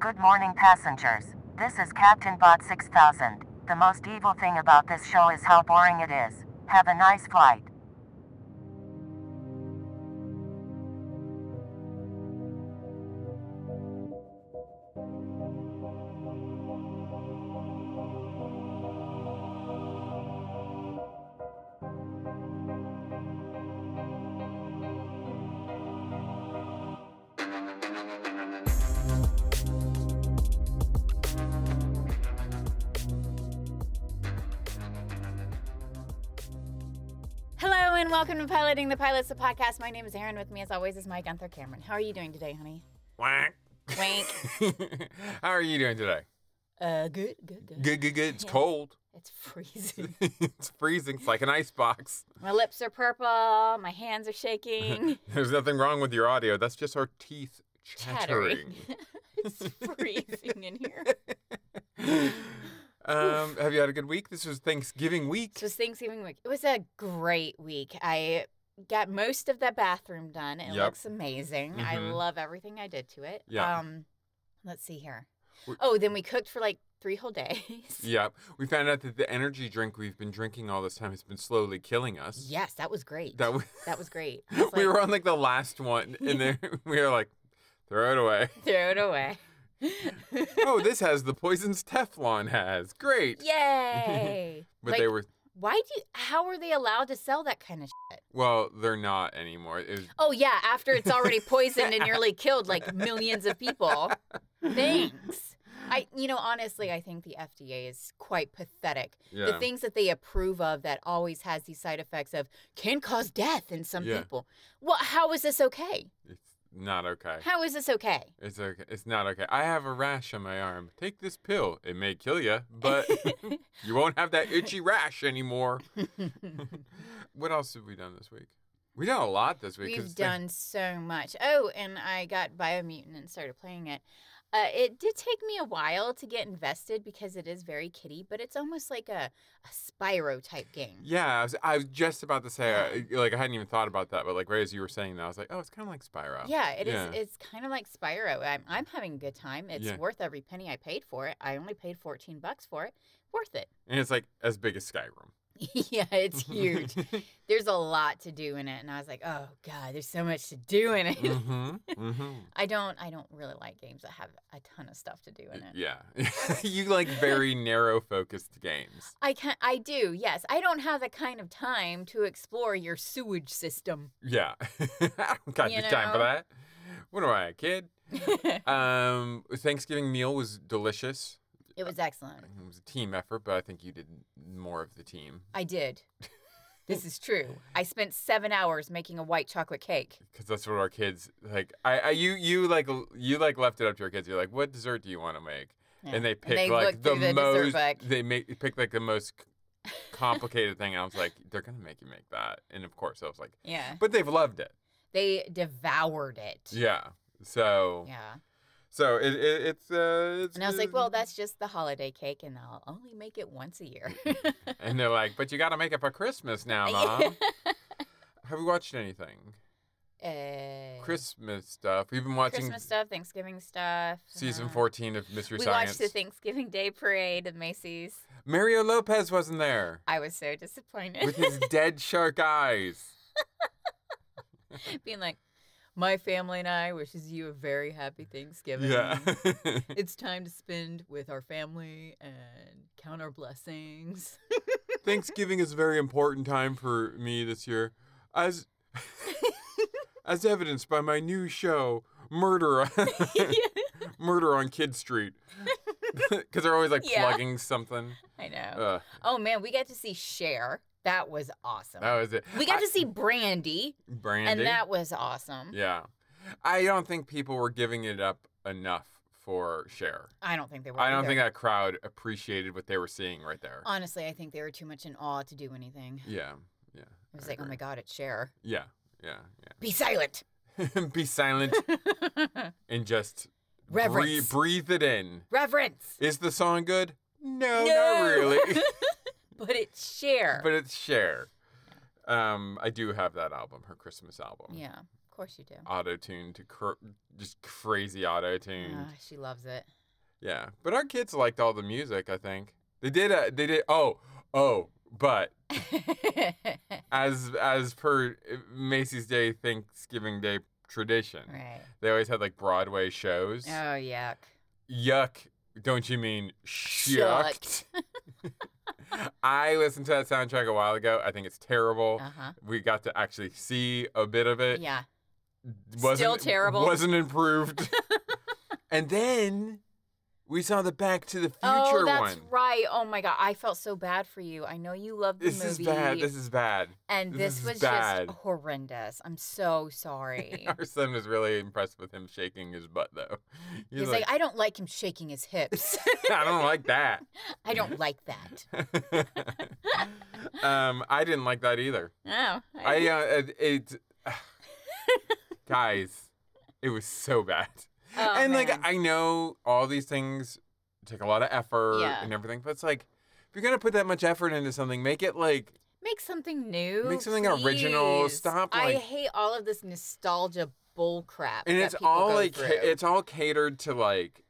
Good morning, passengers. This is Captain Bot 6000. The most evil thing about this show is how boring it is. Have a nice flight. Hello and welcome to Piloting the Pilots, the podcast. My name is Aaron. With me, as always, is my Gunther Cameron. How are you doing today, honey? Whack. Wink. How are you doing today? Uh, good, good, good. Good, good, good. It's cold. It's freezing. it's freezing. It's like an ice box. my lips are purple. My hands are shaking. There's nothing wrong with your audio. That's just our teeth Chattering. chattering. it's freezing in here. um, have you had a good week? This was Thanksgiving week. This was Thanksgiving week. It was a great week. I got most of the bathroom done. It Yep. looks amazing. I Mhm. love everything I did to it. Yeah. Um, let's see here. We- Oh, then we cooked for like three whole days. Yep. We found out that the energy drink we've been drinking all this time has been slowly killing us. Yes, that was great. That we, That was great. I was we like, were on like the last one, and then we were like, throw it away. throw it away. oh, this has the poisons Teflon has. Great. Yay! But Like, they were Why do? How are they allowed to sell that kind of shit? Well, they're not anymore. It was- Oh yeah, after it's already poisoned and nearly killed like millions of people. Thanks. I, you know, honestly, I think the FDA is quite pathetic. The Yeah. things that they approve of that always has these side effects of can cause death in some Yeah. people. Well, how is this okay? it's not okay. How is this okay? It's okay. It's not okay. I have a rash on my arm. Take this pill. It may kill you, but you won't have that itchy rash anymore. what else have we done this week? We done a lot this week. 'cause We've it's Thank- done so much. Oh, and I got Biomutant and started playing it. Uh, it did take me a while to get invested because it is very kitty, but it's almost like a, a Spyro type game. yeah, I was, I was just about to say, uh, like, I hadn't even thought about that, but like right as you were saying that, I was like, oh, it's kind of like Spyro. Yeah, it is. Yeah. It's kind of like Spyro. I'm, I'm having a good time. It's Yeah. worth every penny I paid for it. I only paid 14 bucks for it. Worth it. And it's like as big as Skyrim. yeah, it's huge. there's a lot to do in it, and I was like, oh god, there's so much to do in it. hmm hmm I don't, I don't really like games that have a ton of stuff to do in it. Yeah. you like very narrow focused games. I can I do. Yes. I don't have the kind of time to explore your sewage system. Yeah. I don't got You the time for know? that. What am I, a kid? it Um, Thanksgiving meal was delicious. was excellent. It was a team effort, but I think you did more of the team I did. This is true. I spent 7 hours making a white chocolate cake. because that's what our kids like. I, I, you, you like, l- you like left it up to your kids. You're like, what dessert do you want to make? Yeah. And they pick they like look through the dessert most. book. They make pick like the most c- complicated thing. I was like, they're gonna make you make that, and of course I was like, Yeah. but they've loved it. They devoured it. Yeah. So, Yeah. so it, it it's uh. It's, And I was like, uh, well, that's just the holiday cake and I'll only make it once a year. And they're like, but you got to make it for Christmas now, Mom. Have we watched anything? uh, Christmas stuff. We've been watching Christmas stuff, Thanksgiving stuff. season uh, 14 of Mystery We Science. watched the Thanksgiving Day parade at Macy's. Mario Lopez wasn't there I was so disappointed. with his dead shark eyes. being like, my family and I wishes you a very happy Thanksgiving. Yeah. it's time to spend with our family and count our blessings. Thanksgiving is a very important time for me this year. As as evidenced by my new show, Murder on, Murder on Kid Street. Because they're always like Yeah. plugging something. I know. Ugh, oh man, we got to see Cher. That was awesome. that was it. we got I- to see Brandy, Brandy. and that was awesome. Yeah. I don't think people were giving it up enough for Cher. I don't think they were. I don't either. think that crowd appreciated what they were seeing right there. Honestly, I think they were too much in awe to do anything. yeah. Yeah. It was I like, oh agree. my god, it's Cher. Yeah. Yeah. Be silent. Yeah. Be silent and just bree- Reverence. breathe it in. Reverence. Is the song good? No. No, not really. But it's Cher. but it's Cher. Um, I do have that album, her Christmas album. yeah. Of course you do. auto tune to cr- just crazy auto tuned. Ah, she loves it. Yeah, but our kids liked all the music. I think they did. Uh, they did. Oh, oh, but as as per uh, Macy's Day Thanksgiving Day tradition, right. they always had like Broadway shows. Oh yuck. Yuck! Don't you mean shucked? I listened to that soundtrack a while ago. I think it's terrible. Uh huh. We got to actually see a bit of it. Yeah. wasn't, Still terrible. Wasn't improved. and then we saw the Back to the Future oh, that's one. right. Oh my god, I felt so bad for you. I know you love the This movie, is bad. This is bad. and this this, is was bad. just horrendous. I'm so sorry. Our son was really impressed with him shaking his butt, though. He's, like, I don't like him shaking his hips. I don't like that. I don't like that. um, I didn't like that either. Oh, I uh, it, it guys, it was so bad. Oh, and like man. I know all these things take a lot of effort Yeah. and everything, but it's like if you're gonna put that much effort into something, make it like make something new. Make something original. please. Stop, I like- hate all of this nostalgia bullcrap. and that it's people all go like through. it's all catered to like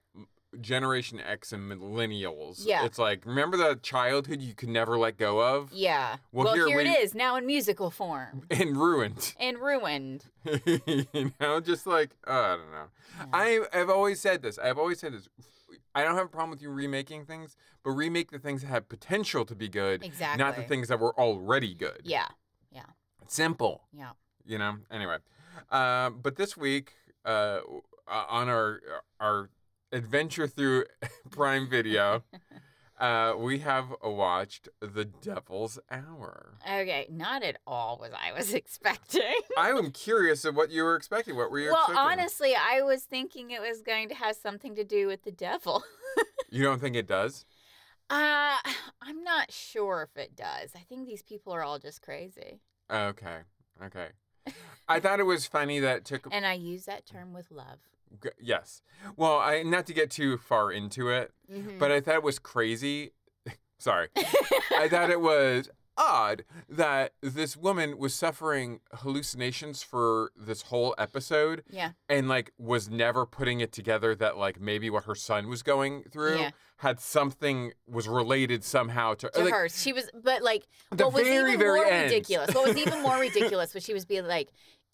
generation X and millennials. Yeah. It's like remember the childhood you could never let go of yeah. Well, Well, here here, we- it is now in musical form and ruined. and ruined. you know, just like uh, I don't know. I I've always said this. I've always said this. I don't have a problem with you remaking things, but remake the things that have potential to be good, not the Exactly. things that were already good. Yeah. simple. Yeah. You know. Anyway, uh, but this week uh, w- uh, on our our adventure through Prime Video, uh, we have watched The Devil's Hour. Okay. Not at all what I was expecting. I am curious of what you were expecting. What were you well, expecting? honestly, I was thinking it was going to have something to do with the devil. you don't think it does? Uh, I'm not sure if it does. I think these people are all just crazy. Okay. Okay. I thought it was funny that it took. And I use that term with love. g- yes. Well, I not to get too far into it, Mm-hmm. but Mm. I thought it was crazy. Sorry. I thought it was odd that this woman was suffering hallucinations for this whole episode yeah. and like was never putting it together that like maybe what her son was going through Yeah. had something was related somehow to, To like, her, she was, but like, The what was very, even very more end. ridiculous? What was even more ridiculous was she was being like,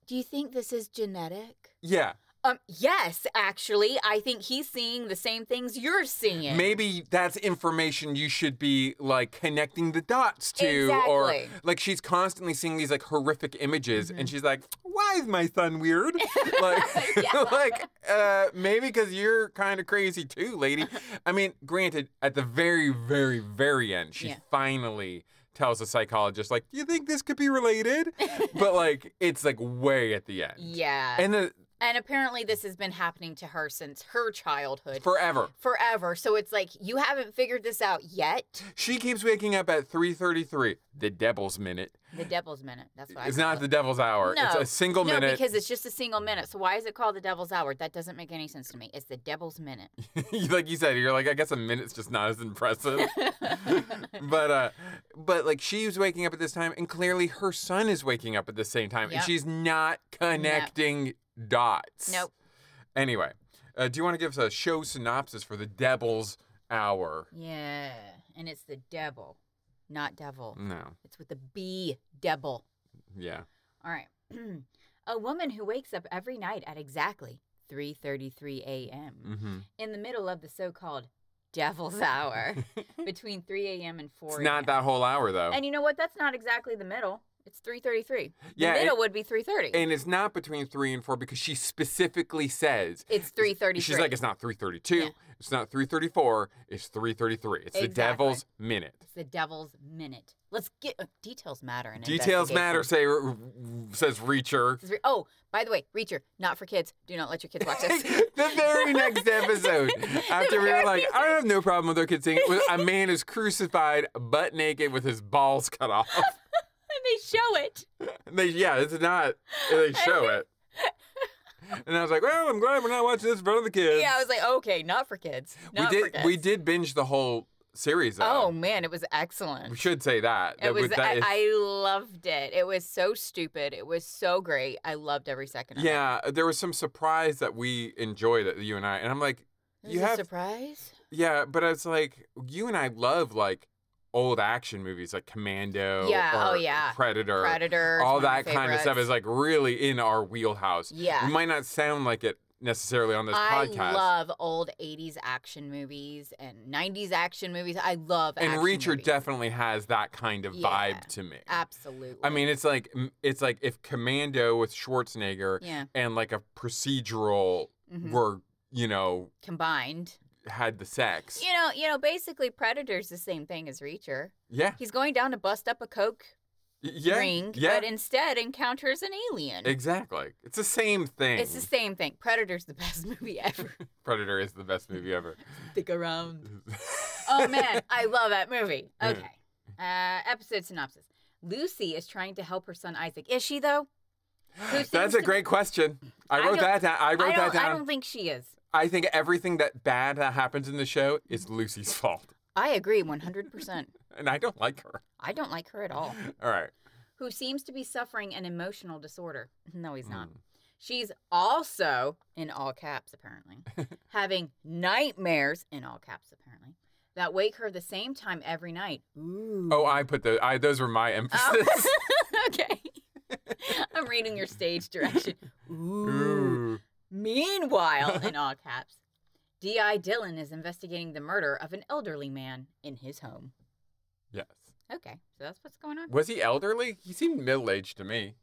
"Do you think this is genetic?" yeah Um, yes, actually, I think he's seeing the same things you're seeing. Maybe that's information you should be like connecting the dots to, or Exactly. like she's constantly seeing these like horrific images, Mm-hmm. and she's like, "Why is my son weird?" like, like uh, maybe because you're kind of crazy too, lady. I mean, granted, at the very, very, very end, she Yeah. finally tells the psychologist, "Like, do you think this could be related?" but like, it's like way at the end, Yeah. And, and then apparently, this has been happening to her since her childhood, forever. forever. So it's like you haven't figured this out yet. She keeps waking up at three thirty-three, the devil's minute. The devil's minute. That's what I It's call not it. the devil's hour. It's No. a single no, minute. because it's just a single minute. So why is it called the devil's hour? That doesn't make any sense to me. It's the devil's minute. like you said, you're like, I guess a minute's just not as impressive. but uh but like she's waking up at this time and clearly her son is waking up at the same time and Yep. she's not connecting dots. Nope. Anyway, uh, do you want to give us a show synopsis for the devil's hour? Yeah, and it's the devil, not devil. No. It's with the B, devil. Yeah. All right. a woman who wakes up every night at exactly 3:33 a.m. Mm-hmm. in the middle of the so-called devil's hour between 3 a.m. and 4. It's a.m.. not that whole hour though. And you know what? That's not exactly the middle. It's 3:33. Yeah, the and- middle would be 3:30. and it's not between three and four because she specifically says it's 3:33. She's like, it's not 332. Yeah. It's not 334. It's 333. It's the Exactly. devil's minute. It's the devil's minute. Let's get uh, details matter. In Details investigation. matter, say, says Reacher. This is re- Oh, by the way, Reacher, not for kids. Do not let your kids watch this. the very next episode, after we were like, I don't have no problem with our kids seeing it, was a man is crucified butt naked with his balls cut off. and they show it. They, yeah, it's not, they show it. And I was like, well, I'm glad we're not watching this in front of the kids. Yeah, I was like, okay, "Oh, not for kids. we Not for did kids. we did binge the whole series of. Oh man, it was We excellent. should say that. It that was. that I, is- I loved it. It was so stupid. It was so great. I loved every second of it. yeah, there was some surprise that we enjoyed that you and I, and I'm like, It You was a have- surprise. yeah, but it's like you and I love like old action movies like Commando, Yeah, oh, or yeah. Predator, Predator. all that kind of stuff is like really in our wheelhouse. Yeah. We might not sound like it necessarily on this I podcast. love old 80s action movies and 90s action movies. I love and action Reacher movies. definitely has that kind of Yeah, vibe to me. Absolutely. I mean, it's like it's like if Commando with Schwarzenegger yeah, and like a procedural mhm. were you know combined. had the sex. You know, you know, basically Predator's the same thing as Reacher. Yeah, He's going down to bust up a coke Y- yeah, ring, yeah. but instead encounters an alien. exactly. It's the same thing. It's the same thing. Predator's the best movie ever. Predator is the best movie ever. Stick around. Oh man, I love that movie. Yeah. Okay. Uh, episode synopsis. Lucy is trying to help her son Isaac. Is she though? Who seems That's a to- great question. I I wrote don't- that down. I I wrote don't, that down. I don't think she is. I think everything that bad that happens in the show is Lucy's fault. I agree 100%. And I don't like her. I don't like her at all. All right. Who seems to be suffering an emotional disorder. No, he's Hmm. not. She's also, in all caps apparently, having nightmares, in all caps apparently, that wake her the same time every night. Ooh. Oh, I put the I those were my emphasis. okay. I'm reading your stage direction. Ooh. Ooh. Meanwhile, in all caps, D.I. Dillon is investigating the murder of an elderly man in his home. Yes. Okay, so that's what's going on. Was he elderly? He seemed middle aged to me.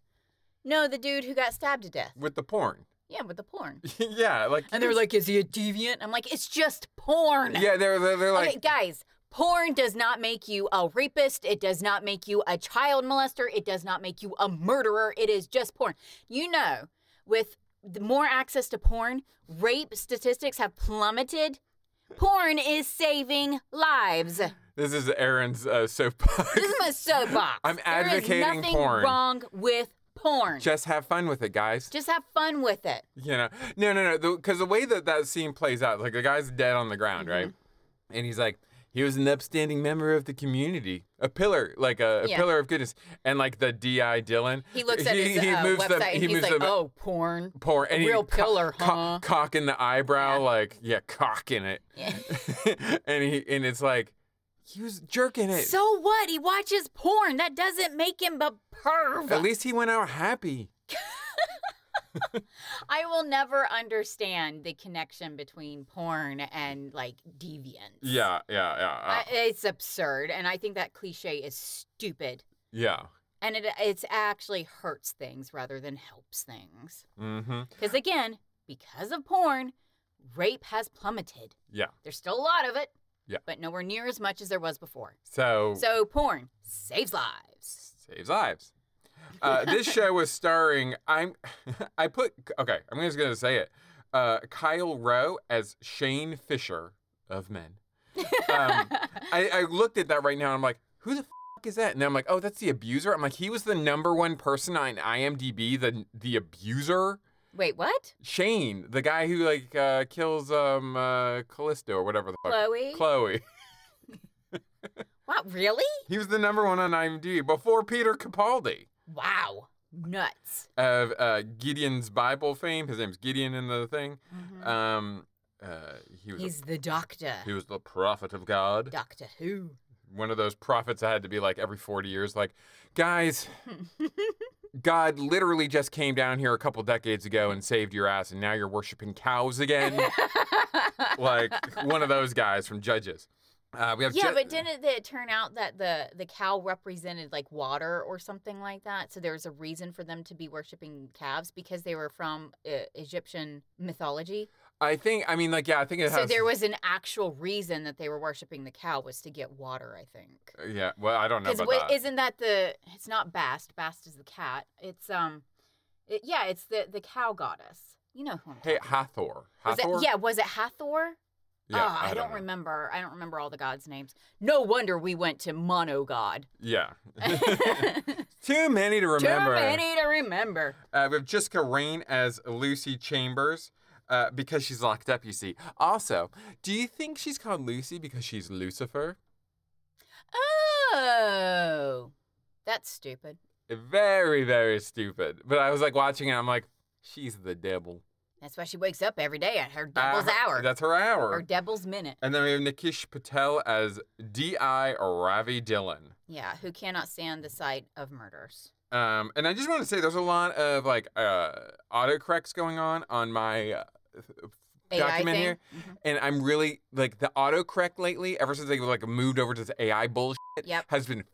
No, the dude who got stabbed to death. With the porn. Yeah, with the porn. yeah, like And they were like, is he a deviant? I'm like, it's just porn. Yeah, they're they're, they're like okay, guys, porn does not make you a rapist. It does not make you a child molester. It does not make you a murderer. It is just porn. You know, with the more access to porn, rape statistics have plummeted. Porn is saving lives. This this is Aaron's uh, soapbox. is my soapbox. I'm there is advocating nothing porn. wrong with porn. Just, Just have fun with it, guys. have fun with it. You know, no, no, no. Because the, way that that scene plays out, like the guy's dead on the ground, right? Mm-hmm. And he's like, he was an upstanding member of the community, a pillar, like a, a Yeah. pillar of goodness. And like the Di Dylan, He looks at his uh, website and he's like, "Oh, porn." poor and he real pillar, co- huh? cock in the eyebrow, Yeah. like yeah, cock in it. and he and it's like he was jerking it. So what? He watches porn. That doesn't make him a perv. At least he went out happy. I will never understand the connection between porn and like deviance. Yeah, uh yeah, yeah, I, it's absurd, and I think that cliche is stupid, yeah. and it it's actually hurts things rather than helps things. Mm-hmm. Because again, because of porn, rape has plummeted. Yeah. There's still a lot of it, Yeah. Oh. but nowhere near as much as there was before. So, So porn saves lives. saves lives. Uh, this show was starring. I'm. I put. Okay, I'm just gonna say it. Uh, Kyle Rowe as Shane Fisher of Men. Um, I, I looked at that right now. and I'm like, who the f- is that? And then I'm like, oh, that's the abuser. I'm like, he was the number one person on IMDb. The the abuser. Wait, what? Shane, the guy who like uh, kills um uh, Callisto or whatever the fuck. Chloe? Chloe. What? Really? He was the number one on IMDb before Peter Capaldi. Wow. Nuts. of uh, Gideon's Bible fame. His name's Gideon in the thing. Um, uh, he Mm-hmm. was He's a- the doctor. he was the prophet of God. Doctor Who. One of those prophets that had to be like every forty years. Like, guys, God literally just came down here a couple decades ago and saved your ass, and now you're worshiping cows again. like one of those guys from Judges. Uh, we have yeah, Je- but didn't it turn out that the the cow represented like water or something like that? So there was a reason for them to be worshiping calves because they were from uh, Egyptian mythology. I think I mean like yeah I think it has So there was an actual reason that they were worshiping the cow was to get water, I think. yeah well I don't know Because about what that isn't that the? It's not Bast. Bast is the cat. It's um, it, yeah, it's the the cow goddess. You know who I'm hey talking Hathor Was it, Hathor yeah, was it Hathor? Yeah, Ah, I, don't know. remember. I don't remember all the gods' names. No wonder we went to mono god. yeah Too too many to remember many to remember. Uh, we have Jessica Rain as Lucy Chambers. uh, because she's locked up, you see. Also, do you think she's called Lucy because she's Lucifer? Oh, that's stupid. Very, very stupid. But I was like watching it, I'm like, she's the devil. That's why she wakes up every day at her Uh, devil's her- hour That's her hour. or devil's minute. and then we have Nikesh Patel as D.I. Ravi Dillon. Yeah, who cannot stand the sight of murders. Um, and I just want to say there's a lot of like uh, autocorrects going on on my uh, AI document thing. here, Mhm. and I'm really like the autocorrect lately. Ever since they like moved over to this AI bullshit, Yep. has been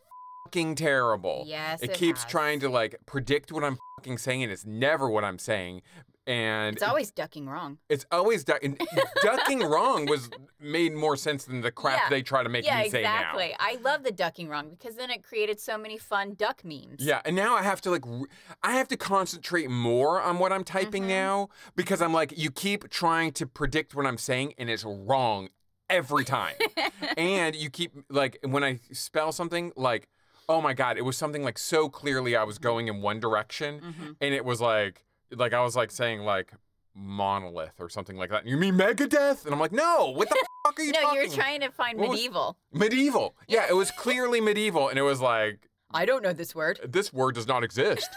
fucking terrible. Yes. Oh, it, keeps has. trying to like predict what I'm fucking saying, and it's never what I'm saying. And It's always ducking wrong. it's always du- and ducking wrong was made more sense than the crap Yeah. they try to make yeah, me say now. exactly. I love the ducking wrong because then it created so many fun duck memes. Yeah, and now I have to like, re- I have to concentrate more on what I'm typing Mhm. now because I'm like, you keep trying to predict what I'm saying and it's wrong every time. and you keep like, when I spell something, like, oh my God, it was something like so clearly I was going in one direction hmm and it was like, like I was like saying like monolith or something like that. And you mean Megadeth? And I'm like, no, what the fuck are you No, talking you're trying to find What was- medieval. Medieval. Yeah, it was clearly medieval and it was like, I don't know this word. this word does not exist.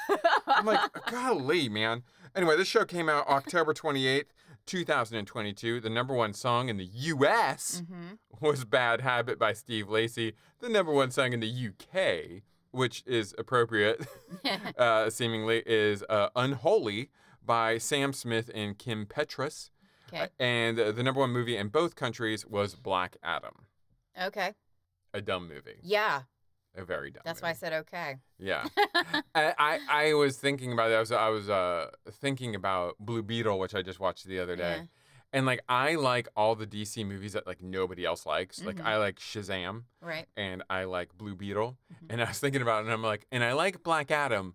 I'm like, golly, man. Anyway, this show came out October 28th, 2022. The number one song in the US hmm was Bad Habit by Steve Lacey. The number one song in the UK, which is appropriate, uh, seemingly, is uh, Unholy by Sam Smith and Kim Petras. Okay. And uh, the number one movie in both countries was Black Adam, Okay. a dumb movie, Yeah, a very dumb that's movie. why I said okay. Yeah. I, I I was thinking about it. I was I was uh thinking about Blue Beetle, which I just watched the other day. Yeah. And like I like all the DC movies that like nobody else likes. Like Mhm. I like Shazam Right. and I like Blue Beetle. Mhm. And I was thinking about it and I'm like, and I like Black Adam,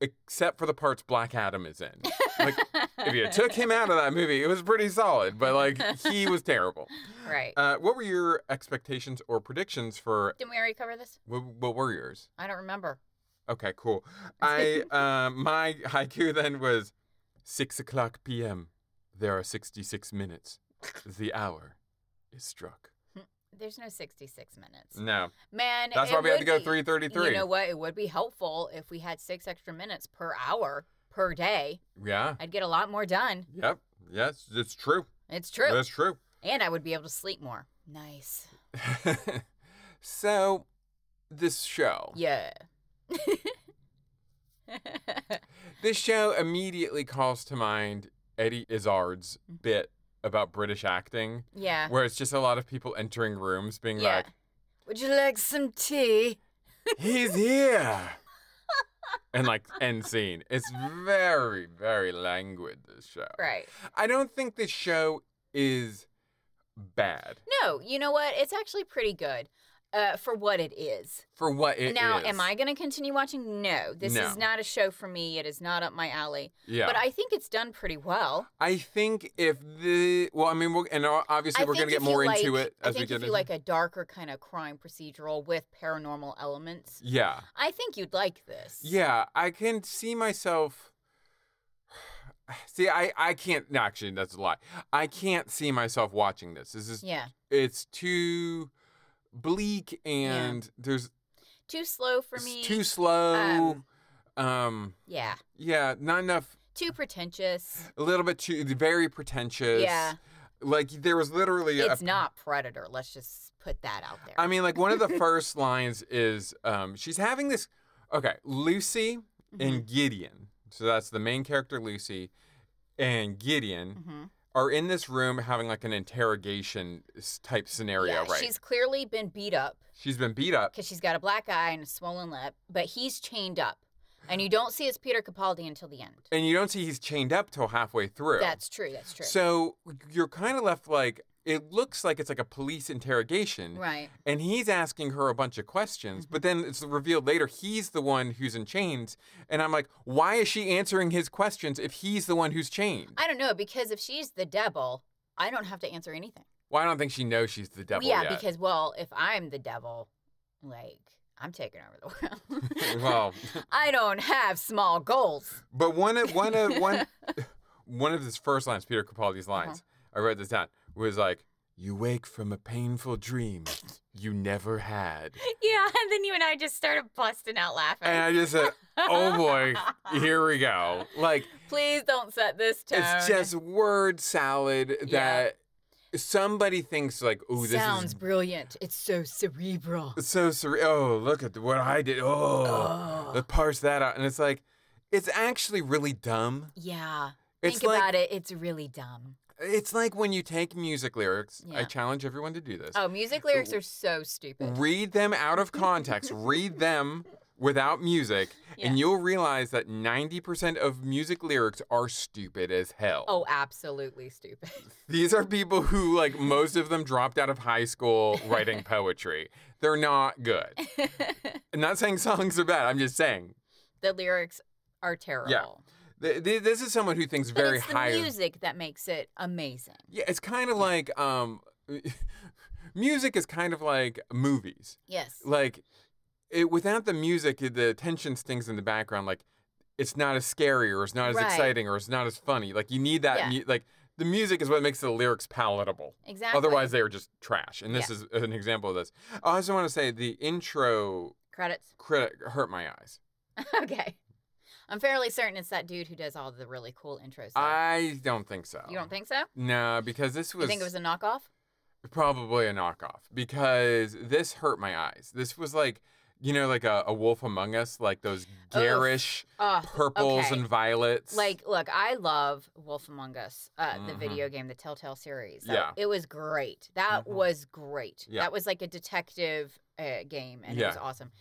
except for the parts Black Adam is in. Like if you took him out of that movie, it was pretty solid, but like he was terrible. Right. Uh, what were your expectations or predictions for Didn't we already cover this? what, what were yours? I don't remember. Okay, cool. I um my haiku then was six o'clock p.m. There are sixty-six minutes. The hour is struck. There's no 66 minutes. No, Man, Mm. that's it why we had would to go be- three thirty-three. You know what? It would be helpful if we had six extra minutes per hour per day. Yeah. I'd get a lot more done. Yep. Yes, it's true. It's true. That's true. and I would be able to sleep more. Nice. so, this show. Yeah. This show immediately calls to mind Eddie Izzard's bit about British acting, Mm-hmm. yeah. where it's just a lot of people entering rooms being Yeah. like, Would you like some tea? He's here. and like end scene. It's very, very languid this show. Right. I don't think this show is bad No, you know what? It's actually pretty good uh, for what it is. for what it is. now, am I going to continue watching? No, this No. is not a show for me. It is not up my alley. Yeah. But I think it's done pretty well. I think if the well, I mean, we'll, and o- obviously I we're gonna think get if you more into like- it as I we think get if you into- like a darker kind of crime procedural with paranormal elements, Yeah, I think you'd like this. yeah. I can see myself. See, I I can't. No, actually, that's a lie. I can't see myself watching this. This is Yeah. it's too bleak and there's Too slow for It's me. Too slow. Um, yeah. yeah, not enough. Too pretentious. A little bit too very pretentious. Yeah. Like there was literally It's a, not Predator. Let's just put that out there. I mean, like one of the first lines is um, she's having this. Okay, Lucy Mm-hmm. and Gideon. So that's the main character, Lucy, and Gideon hmm are in this room having like an interrogation s- type scenario. yeah, right? She's clearly been beat up she's been beat up. because she's got a black eye and a swollen lip, but he's chained up. And you don't see his Peter Capaldi until the end. And you don't see he's chained up till halfway through. That's true. That's true. So you're kind of left like it looks like it's like a police interrogation, right. Mm-hmm. and he's asking her a bunch of questions. But then it's revealed later he's the one who's in chains, and I'm like, why is she answering his questions if he's the one who's chained? I don't know because if she's the devil, I don't have to answer anything. well, I don't think she knows she's the devil yeah, yet. because well, if I'm the devil, like I'm taking over the world. well, I don't have small goals. but one of one of one one of his first lines, Peter Capaldi's Uh-huh. lines, I wrote this down, was like, You wake from a painful dream you never had. Yeah, and then you and I just started busting out laughing. And I just said, Oh boy, here we go. Like, Please don't set this tone. it's just word salad Yeah. that somebody thinks, like, Oh, this sounds is brilliant. It's so cerebral. so surreal. Oh, look at what I did. Oh, Oh. let's parse that out. And it's like, it's actually really dumb. Yeah. It's Think like about it. It's really dumb. it's like when you take music lyrics. I Yeah. challenge everyone to do this. Oh, music lyrics are so stupid. Read them out of context. read them without music, Yeah. and you'll realize that ninety percent of music lyrics are stupid as hell. Oh, absolutely stupid. These are people who, like, most of them dropped out of high school writing poetry. They're not good. I'm not saying songs are bad. I'm just saying the lyrics are terrible. Th- th- this is someone who thinks But very it's the high. music that makes it amazing. Yeah, it's kind of like um, music is kind of like movies. Yes. Like, it, without the music, the tension stings in the background. Like, it's not as scary, or it's not as Right. exciting, or it's not as funny. Like, you need that. Yeah. Mu- like, the music is what makes the lyrics palatable. Exactly. Otherwise, they are just trash. And this is an example of this. I also want to say the intro credits. credit hurt my eyes. okay. I'm fairly certain it's that dude who does all the really cool intros. though. I don't think so. you don't think so? No, because this was. You think it was a knockoff? Probably a knockoff because this hurt my eyes. This was like, you know, like a, a Wolf Among Us, like those garish Oh, purples okay. and violets. Like, look, I love Wolf Among Us, uh, the Mhm. video game, the Telltale series. That- Yeah. It was great. That Mhm. was great. Yeah. That was like a detective uh, game, and it was Yeah. awesome.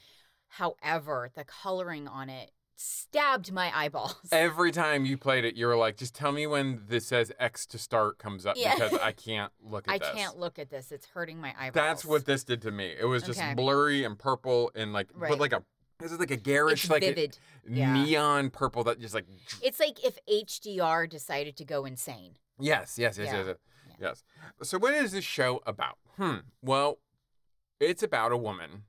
However, the coloring on it stabbed my eyeballs. every time you played it, you were like, just tell me when this says X to start comes up Yeah. because I can't look at I this. can't look at this. It's hurting my eyeballs. That's what this did to me. It was just Okay. blurry and purple and like, Right. but like a, this is like a garish, it's like a vivid. yeah. neon purple that just like, It's like if HDR decided to go insane. Yes, yes, yes, Yeah. yes, yes. Yes. So, what is this show about? Hmm. Well, it's about a woman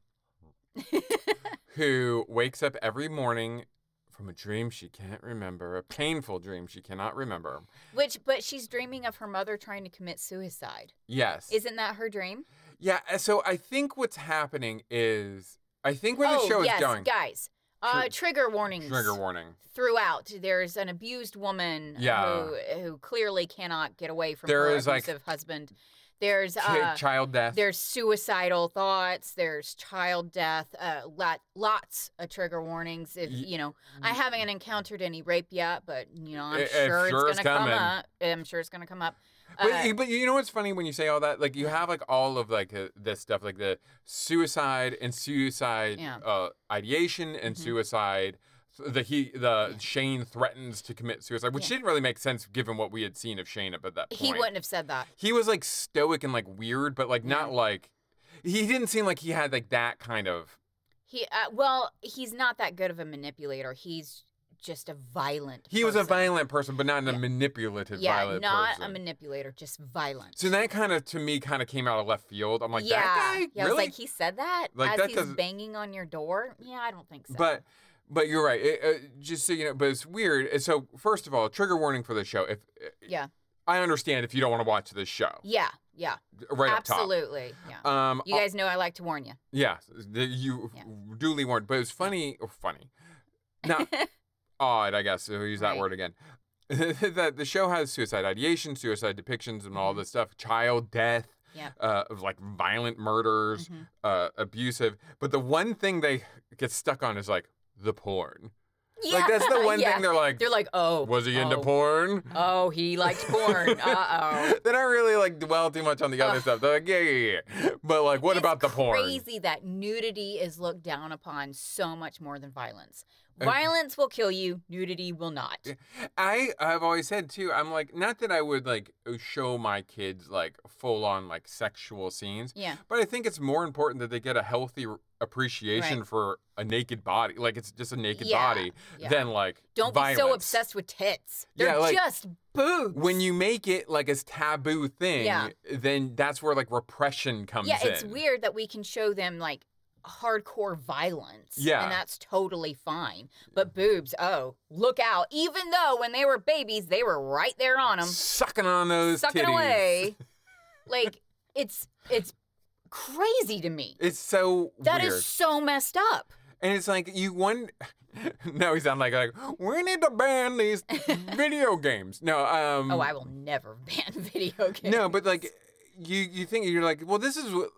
who wakes up every morning from a dream she can't remember, a painful dream she cannot remember. Which, but she's dreaming of her mother trying to commit suicide. Yes. Isn't that her dream? yeah. uh, So, I think what's happening is, I think where the oh, show yes, is going. guys. Uh, Tri- trigger warnings. Trigger warning. Throughout, there's an abused woman Yeah. who who clearly cannot get away from There her is, like, abusive husband. There's Ki- uh, child death. there's suicidal thoughts. There's child death. Uh, lot, lots of trigger warnings. If Y- you know, I haven't encountered any rape yet, but you know, I'm I- I'm sure it's sure gonna it's come coming. up. I'm sure it's gonna come up. But, Uh, you- but you know what's funny when you say all that? Like you have like all of like uh, this stuff, like the suicide and suicide Yeah. uh, ideation and Mhm. suicide. The he the Yeah. Shane threatens to commit suicide, which Yeah. didn't really make sense given what we had seen of Shane up at that point. he wouldn't have said that. He was like stoic and like weird, but like not like he didn't seem like he had like that kind of He uh, well, he's not that good of a manipulator. He's just a violent. he was a person. violent person, but not in a Yeah. manipulative Yeah, violent not person. a manipulator, just violent. so that kind of to me kind of came out of left field. I'm like yeah, that guy yeah. I really was like, he said that Like, as that he's doesn't- banging on your door. Yeah, I don't think so. But but you're right. It, uh, just so you know, but it's weird. Uh, So first of all, trigger warning for the show. If uh, Yeah. I understand if you don't want to watch this show yeah, yeah, right up absolutely. Yeah, top. Um, you uh, guys know I like to warn you. yeah, the, you Yeah. duly warned. But it's funny, or funny, not odd, I guess. We'll use that Right. word again. that the show has suicide ideation, suicide depictions, and all Mhm. this stuff, child death, Yep. uh, of like violent murders, Mhm. uh, abusive. But the one thing they get stuck on is like the porn. Like that's the Yeah, one yeah. thing they're like. They're like, oh, was he into oh, porn? Oh, he liked porn. uh oh. they don't really like dwell too much on the other Ugh. stuff. They're like, yeah, yeah, yeah. But like, what It's about the porn? Crazy that nudity is looked down upon so much more than violence. Uh, Violence will kill you. Nudity will not. I I've always said too. I'm like, not that I would like show my kids like full on like sexual scenes, Yeah. but I think it's more important that they get a healthy r- appreciation for a naked body. Like it's just a naked Yeah, body. yeah. Than like Don't violence. be so obsessed with tits. They're Yeah, like- just boobs. When you make it like a taboo thing, Yeah. then that's where like repression comes yeah, in. it's weird that we can show them like hardcore violence. Yeah. And that's totally fine. But boobs, oh, look out. Even though when they were babies, they were right there on them, Sucking on those sucking titties. away. like it's it's crazy to me. It's so That is weird. so messed up. And it's like you one. now he sound like like we need to ban these video games. No, um. Oh, I will never ban video games. No, but like you you think you're like well this is what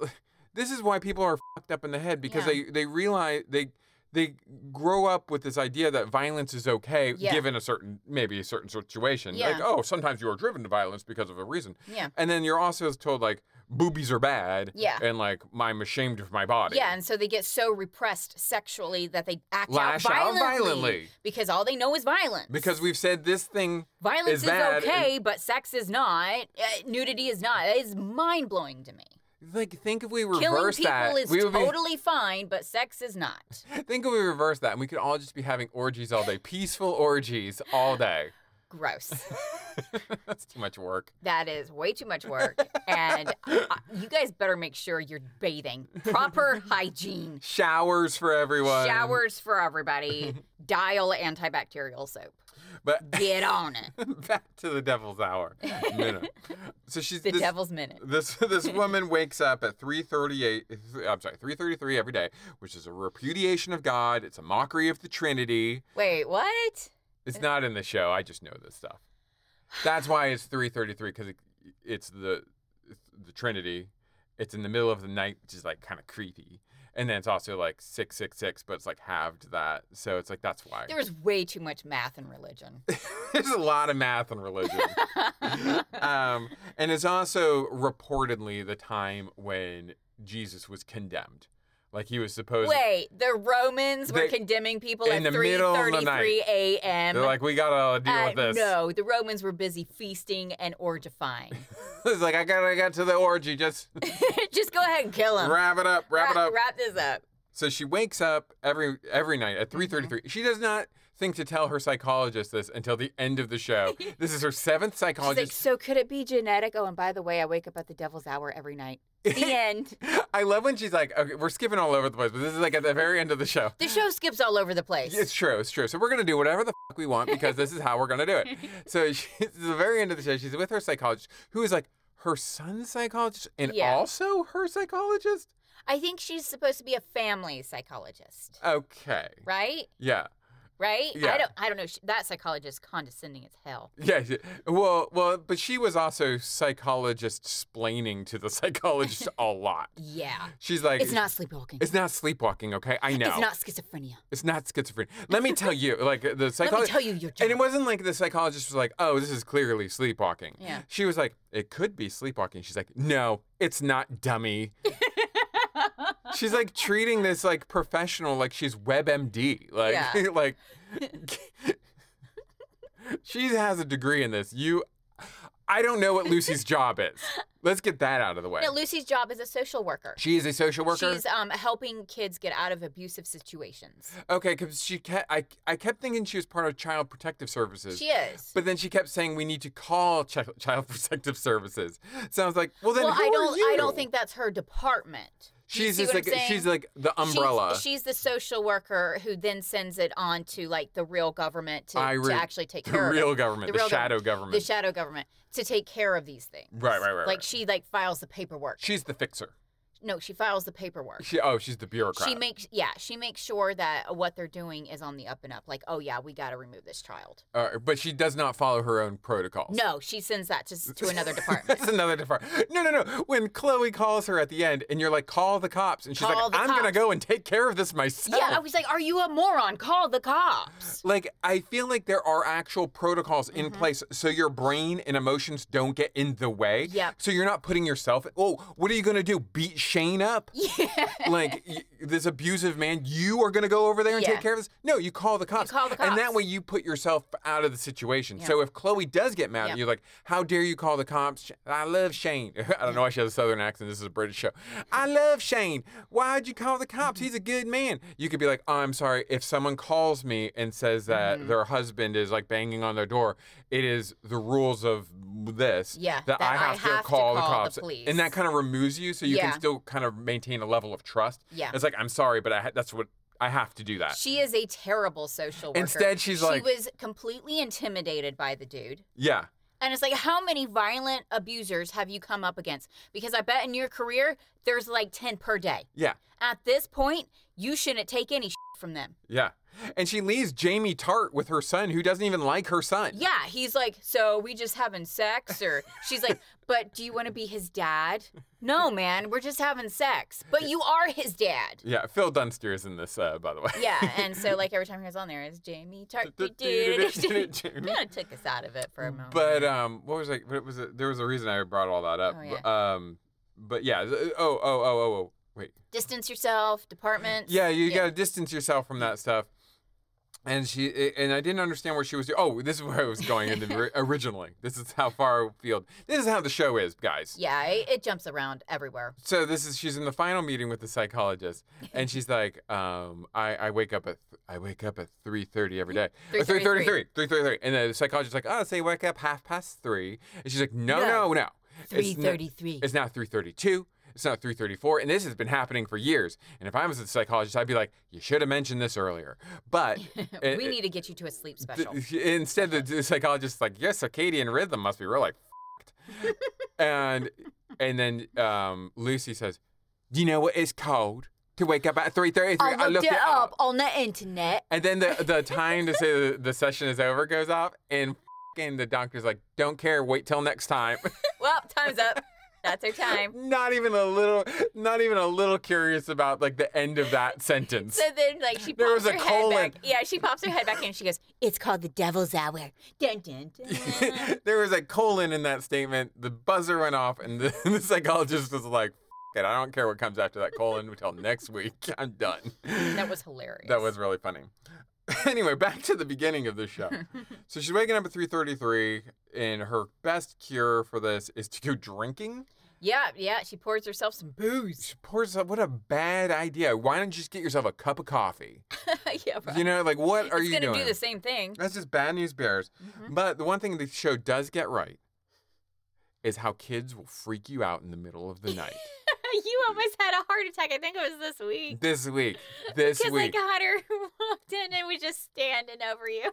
this is why people are fucked up in the head because Yeah. they they realize they they grow up with this idea that violence is okay Yeah. given a certain maybe a certain situation like Yeah. oh sometimes you are driven to violence because of a reason Yeah. and then you're also told like boobies are bad Yeah. and like i'm ashamed of my body Yeah, and so they get so repressed sexually that they act Lash out out, violently violently. because all they know is violence. because we've said this thing violence is is, bad and- okay, but sex is not. Uh, nudity is not. It is mind blowing to me. Like, think if we Killing reverse people that, is we would totally fine, but sex is not. be, think if we reverse that, and we could all just be having orgies all day, peaceful orgies all day. Gross. That's too much work. that is way too much work, and uh, you guys better make sure you're bathing. Proper hygiene. Showers for everyone. Showers for everybody. Dial antibacterial soap. But Get on it. back to the devil's hour. Minute. So she's The this, devil's minute. This this woman wakes up at 3:38. I'm sorry, 3:33 every day, which is a repudiation of God. It's a mockery of the Trinity. Wait, what? Uh, It's not in the show. I just know this stuff. That's why it's 3:33 because it, it's the it's the Trinity. It's in the middle of the night, which is like kind of creepy. And then it's also like 666, but it's like halved that. So it's like that's why. There was way too much math and religion. There's a lot of math and religion. um, and it's also reportedly the time when Jesus was condemned. Like he was supposed Wait, the Romans were They- condemning people in at the middle of the night. 3:33 a.m. They're like, we gotta deal Uh, with this. No, the Romans were busy feasting and orgifying. it's like I gotta I got to the orgy. Just Just go ahead and kill them. wrap it up. Wrap it up. Wrap this up. So she wakes up every every night at Mm-hmm. 3:33. She does not think to tell her psychologist this until the end of the show. this is her seventh She's like, psychologist. so could it be genetic? Oh, and by the way, I wake up at the devil's hour every night. The end. I love when she's like, "Okay, we're skipping all over the place, but this is like at the very end of the show." The show skips all over the place. It's true. It's true. So we're gonna do whatever the fuck we want because this is how we're gonna do it. So she's at the very end of the show. She's with her psychologist, who is like her son's psychologist and Yeah. also her psychologist. I think she's supposed to be a family psychologist, Okay. right? Yeah. Right? Yeah. I don't. I don't know. She, that psychologist is condescending as hell. Yeah. she- Well, well, but she was also psychologist splaining to the psychologist a lot. Yeah. She's like, It's not sleepwalking. It's not sleepwalking, okay? I know. It's not schizophrenia. It's not schizophrenia. Let me tell you, like the psychologist. Let me tell you your job. And it wasn't like the psychologist was like, "Oh, this is clearly sleepwalking." Yeah. She was like, "It could be sleepwalking." She's like, "No, it's not, dummy." she's like treating this like professional, like she's WebMD, like Yeah. like. she has a degree in this. You, I don't know what Lucy's job is. Let's get that out of the way. No, Lucy's job is a social worker. she is a social worker. She's um, helping kids get out of abusive situations. Okay, because she kept, I, I kept thinking she was part of Child Protective Services. She is. but then she kept saying we need to call Ch- Child Protective Services. So I was like, well, then well, who I are don't. I you? don't think that's her department. Do you she's see just what like I'm saying? she's like the She's- umbrella. She's, the social worker who then sends it on to like the real government to, I to re- actually take the care of it. real government, the shadow government. the shadow government to take care of these things. Right, right, right, Like right. she like files the paperwork. she's the fixer. no, she files the paperwork. She oh, she's the bureaucrat. She makes yeah, she makes sure that what they're doing is on the up and up. Like, oh yeah, we got to remove this child. Uh, but she does not follow her own protocols. No, she sends that to to another department. That's another department. No, no, no. When Chloe calls her at the end, and you're like, "Call the cops," and she's Call like, the "I'm gonna cops." go and take care of this myself." Yeah, I was like, "Are you a moron? Call the cops." Like I feel like there are actual protocols Mm-hmm. in place so your brain and emotions don't get in the way. Yep. So you're not putting yourself. Oh, what are you gonna do? Beat Shane up? Yeah, like y- this abusive man, you are gonna go over there and Yeah. take care of this? No, you call the cops. call the And that cops. way you put yourself out of the situation. So if Chloe does get mad at Yep. you, like, how dare you call the cops? Sh- I love Shane. I don't know why she has a southern accent. This is a British show. I love Shane. Why'd you call the cops? He's a good man. You could be like, oh, I'm sorry. If someone calls me and says that their husband is like banging on their door, it is the rules of this Yeah, that, I have, to, call the cops. and police. that kind of removes you so you Yeah. can still do kind of maintain a level of trust. Yeah. It's like I'm sorry, but I ha- that's what I have to do that. She is a terrible social worker. Instead, she's she like- was completely intimidated by the dude. yeah. And it's like, how many violent abusers have you come up against? Because I bet in your career, there's like 10 per day. Yeah. At this point, you shouldn't take any shit from them. Yeah. And she leaves Jamie Tart with her son who doesn't even like her son. Yeah. He's like, so we just having sex? Or she's like, but do you want to be his dad? No, man, we're just having sex. But you are his dad. Yeah, Phil Dunster is in this, uh, by the way. Yeah. And so, like, every time he was on there, it's Jamie Tart. Jamie. Kind of took us out of it for a moment. But um, what was I? What was it? There was a reason I brought all that up. Oh, But, um, but yeah. th- Oh, oh, oh, oh, oh. Wait. Distance yourself, departments. Yeah, you Yeah. gotta distance yourself from that stuff. And she i- and I didn't understand where she was. Oh, this is where I was going in the, ri- originally. This is how far afield. This is how the show is, guys. Yeah, it, it jumps around everywhere. So this is she's in the final meeting with the psychologist, and she's like, um, I, I wake up at th- I wake up at three thirty every day. Or 3:33. 3:33, 3:33. And then the psychologist's like, oh, say wake up half past three, and she's like, no, No. no, no, Three It's no- thirty-three. It's now 332. It's now 334. And this has been happening for years. And if I was a psychologist, I'd be like, you should have mentioned this earlier. But it- we it- need to get you to a sleep th- special. instead, the, the psychologist's like, your circadian rhythm must be really fucked. and, and then um, Lucy says, do you know what it's called to wake up at 3.33? I looked it up on the internet. And then the, the time to say the, the session is over goes off. And fucking the doctor's like, don't care. Wait till next time. Well, time's up. That's our time. not even a little not even a little curious about like the end of that sentence So then, like, she pops There was her a head colon. back. Yeah, she pops her head back in and she goes, It's called the devil's hour. Dun, dun, dun. there was a colon in that statement the buzzer went off and the, the psychologist was like "F it i don't care what comes after that colon until next week i'm done that was hilarious. that was really funny anyway back to the beginning of the show so she's waking up at 3.33 and her best cure for this is to go drinking Yeah, yeah. She pours herself some booze. she pours up what a bad idea why don't you just get yourself a cup of coffee yeah, right. you know like what are it's you gonna doing do the same thing. That's just bad news bears. But the one thing the show does get right is how kids will freak you out in the middle of the night. you almost had a heart attack. I think it was this week. this week, this Because like week, Hunter walked in and was just standing over you.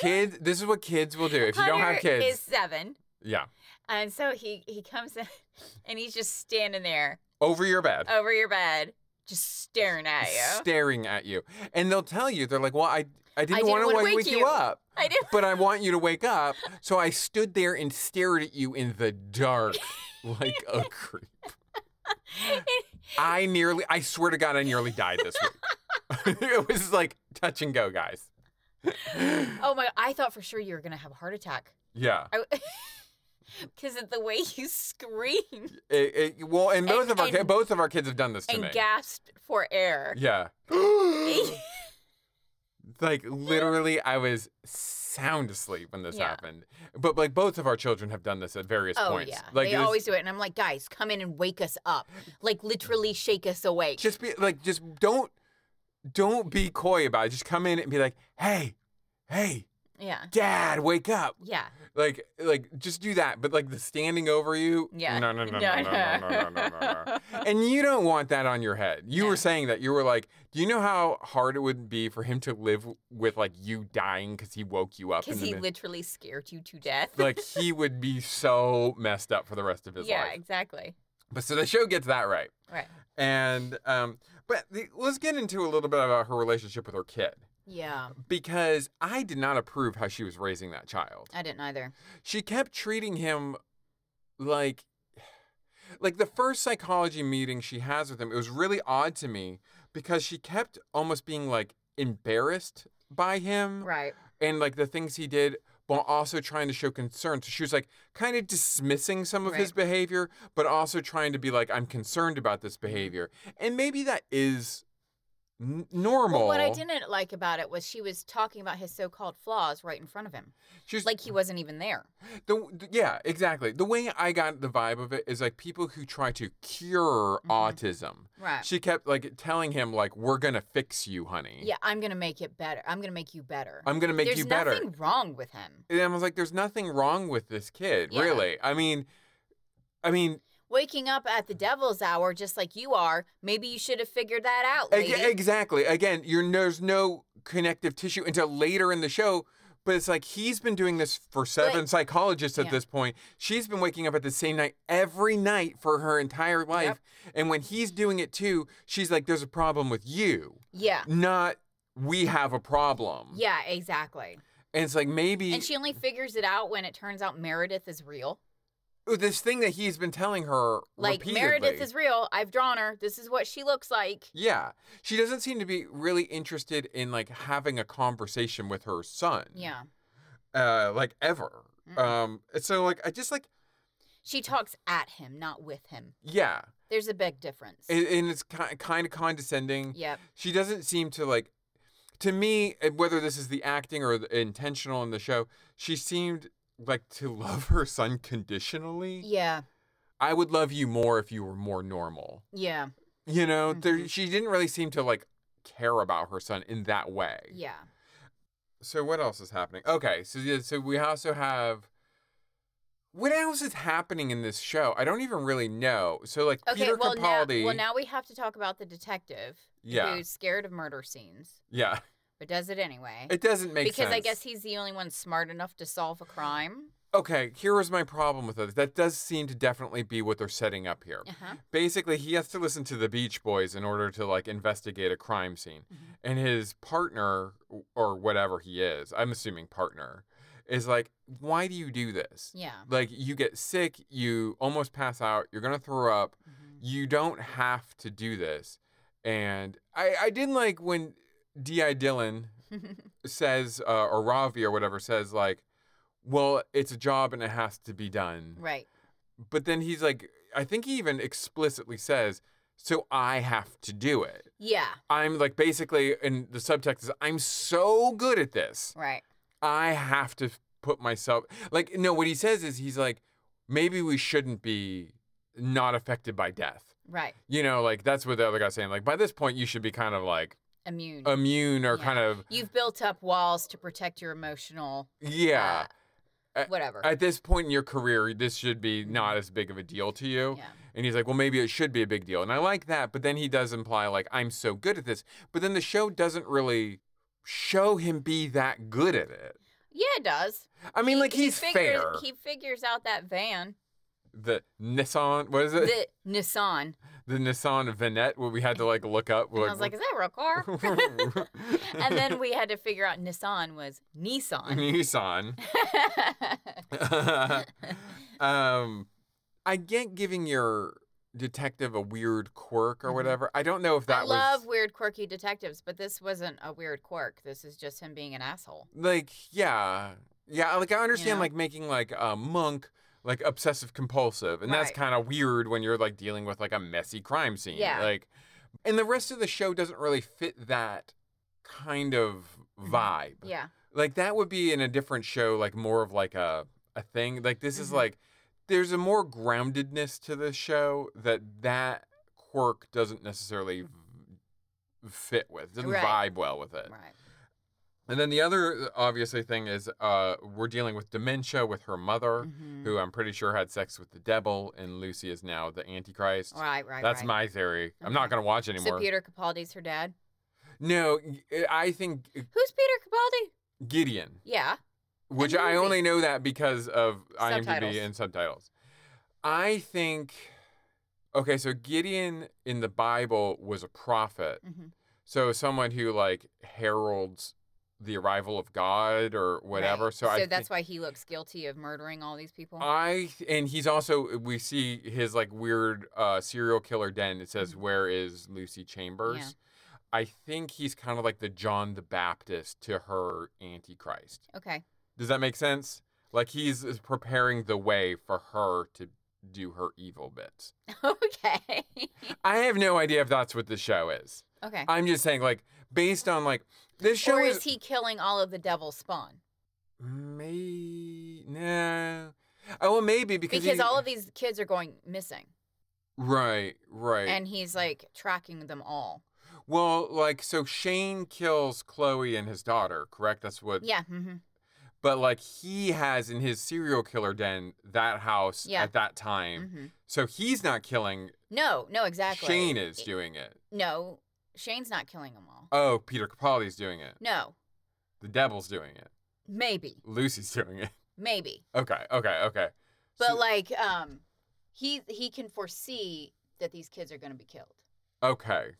kids. This is what kids will do if you Hunter don't have kids. is seven, yeah, and so he he comes in and he's just standing there over your bed, over your bed, just staring at you. staring at you, and they'll tell you they're like, "Well, I I didn't, didn't want to wanna wake, wake you. you." up." I didn't. But I want you to wake up, so I stood there and stared at you in the dark like a creep. I nearly, I swear to God, I nearly died this week. it was like touch and go, guys. Oh my! I thought for sure you were gonna have a heart attack Yeah. Because of the way you screamed It, it, well, and both And- of our ki- and- both of our kids have done this to me. and gasped for air. yeah. like literally, I was sound asleep when this Yeah. happened. But like both of our children have done this at various Oh points. yeah, Like they this- always do it, and I'm like, guys, come in and wake us up, like literally shake us awake. just be like just don't don't be coy about it just come in and be like hey hey yeah, dad wake up yeah. like like just do that but like the standing over you Yeah. no no no no no no no no, no, no, no. and you don't want that on your head you No. were saying that you were like do you know how hard it would be for him to live with like you dying because he woke you up in Because the he mid- literally scared you to death. like he would be so messed up for the rest of his yeah, life exactly. but so the show gets that right Right. and um but the, let's get into a little bit about her relationship with her kid Yeah, because I did not approve how she was raising that child. I didn't either. She kept treating him like like the first psychology meeting she has with him. It was really odd to me because she kept almost being like embarrassed by him Right. and like the things he did while also trying to show concern. So she was like kind of dismissing some of his behavior, but also trying to be like, I'm concerned about this behavior. And maybe that is n- normal. Mm-hmm. Well, what I didn't like about it was she was talking about his so-called flaws right in front of him, She was- like he wasn't even there. The, the- yeah, exactly. The way I got the vibe of it is like people who try to cure Mm-hmm. autism. Right. She kept like telling him like we're going to fix you, honey. yeah, I'm gonna make it better. I'm gonna make you better. I'm going to make There's you better. nothing wrong with him. And I was like there's nothing wrong with this kid, Yeah. really. I mean I mean waking up at the devil's hour just like you are, maybe you should have figured that out. Ag- Lady. exactly. Again, you're, there's no connective tissue until later in the show. But it's like he's been doing this for seven psychologists at yeah. this point. She's been waking up at the same night every night for her entire life. And when he's doing it too, she's like, there's a problem with you, yeah. not we have a problem. Yeah, exactly. And it's like maybe And she only figures it out when it turns out Meredith is real. Oh, this thing that he's been telling her Like repeatedly, Meredith is real. I've drawn her. This is what she looks like. Yeah. She doesn't seem to be really interested in like having a conversation with her son. Yeah. Uh like ever. Um so like I just like She talks at him, not with him. yeah. There's a big difference. And, and it's ki- kind of condescending. yep. She doesn't seem to like to me uh, whether this is the acting or the intentional in the show, she seemed like to love her son conditionally. Yeah. I would love you more if you were more normal. Yeah. You know, there, she didn't really seem to like care about her son in that way. Yeah. So what else is happening? Okay, so yeah, so we also have what else is happening in this show? I don't even really know. So like Okay. Peter well, Capaldi, now, well, now we have to talk about the detective Yeah. who's scared of murder scenes, yeah, but does it anyway. it doesn't make because sense I guess he's the only one smart enough to solve a crime. okay, here was my problem with it. That does seem to definitely be what they're setting up here. Uh-huh. Basically, he has to listen to the Beach Boys in order to like investigate a crime scene, Mm-hmm. and his partner or whatever he is, I'm assuming partner, is like, why do you do this? Yeah. like you get sick you almost pass out you're gonna throw up you don't have to do this and i i didn't like when di dillon says uh, or ravi or whatever says like well it's a job and it has to be done Right. but then he's like i think he even explicitly says so i have to do it Yeah. i'm like basically and the subtext is i'm so good at this Right. I have to put myself like no what he says is he's like maybe we shouldn't be not affected by death. Right. You know, like that's what the other guy's saying. Like by this point you should be kind of like Immune. immune or Yeah. kind of You've built up walls to protect your emotional uh, yeah. I- whatever. At this point in your career this should be not as big of a deal to you. Mm-hmm. yeah. And he's like, well, maybe it should be a big deal. And I like that. But then he does imply, like, I'm so good at this. But then the show doesn't really show him be that good at it. Yeah, it does. I mean, like, he's figures, fair. He figures out that van, the Nissan, what is it? the Nissan. the Nissan Vanette where we had to like look up. And I was like, is that a real car? and then we had to figure out Nissan was Nissan. Nissan. um, I get giving your detective a weird quirk or Mhm. whatever. I don't know if that I love was weird, quirky detectives, but this wasn't a weird quirk. This is just him being an asshole. like yeah, yeah. Like I understand know? like making like a monk like obsessive compulsive, and that's Right. kind of weird when you're like dealing with like a messy crime scene. Yeah. Like, and the rest of the show doesn't really fit that kind of Mm-hmm. vibe. Yeah. like that would be in a different show like more of like a a thing like this Mm-hmm. is like there's a more groundedness to this show that that quirk doesn't necessarily v- fit with doesn't Right. vibe well with it Right. and then the other obviously thing is uh we're dealing with dementia with her mother Mm-hmm. who i'm pretty sure had sex with the devil and lucy is now the antichrist Right, right, that's right. my theory i'm not Okay. going to watch So anymore Peter Capaldi's her dad. no i think Who's Peter Capaldi? gideon Yeah. which the I movie. only know that because of Subtitles. IMDb and subtitles. I think, okay, so Gideon in the Bible was a prophet, Mhm. so someone who like heralds the arrival of God or whatever. Right. So, I Uh thi- that's why he looks guilty of murdering all these people. I and he's also we see his like weird uh, serial killer den. It Mm-hmm. says "Where is Lucy Chambers? I think he's kind of like the John the Baptist to her Antichrist. okay. Does that make sense? Like he's is preparing the way for her to do her evil bits. okay. I have no idea if that's what the show is. okay. I'm just saying, like, based on like this show or is, is he killing all of the devil's spawn? may no. Oh, well, maybe because Because he- all of these kids are going missing, right, right, and he's like tracking them all. well, like so Shane kills Chloe and his daughter, correct? That's what. Yeah. hmm But like he has in his serial killer den that house Yeah. at that time. Mm-hmm. Mhm. So he's not killing. No, no, exactly. Shane is I- doing it. No, Shane's not killing them all. Oh, Peter Capaldi's doing it. No, The devil's doing it. Maybe. Lucy's doing it. maybe, Okay, okay, okay. But So- like um, he he can foresee that these kids are going to be killed. Okay.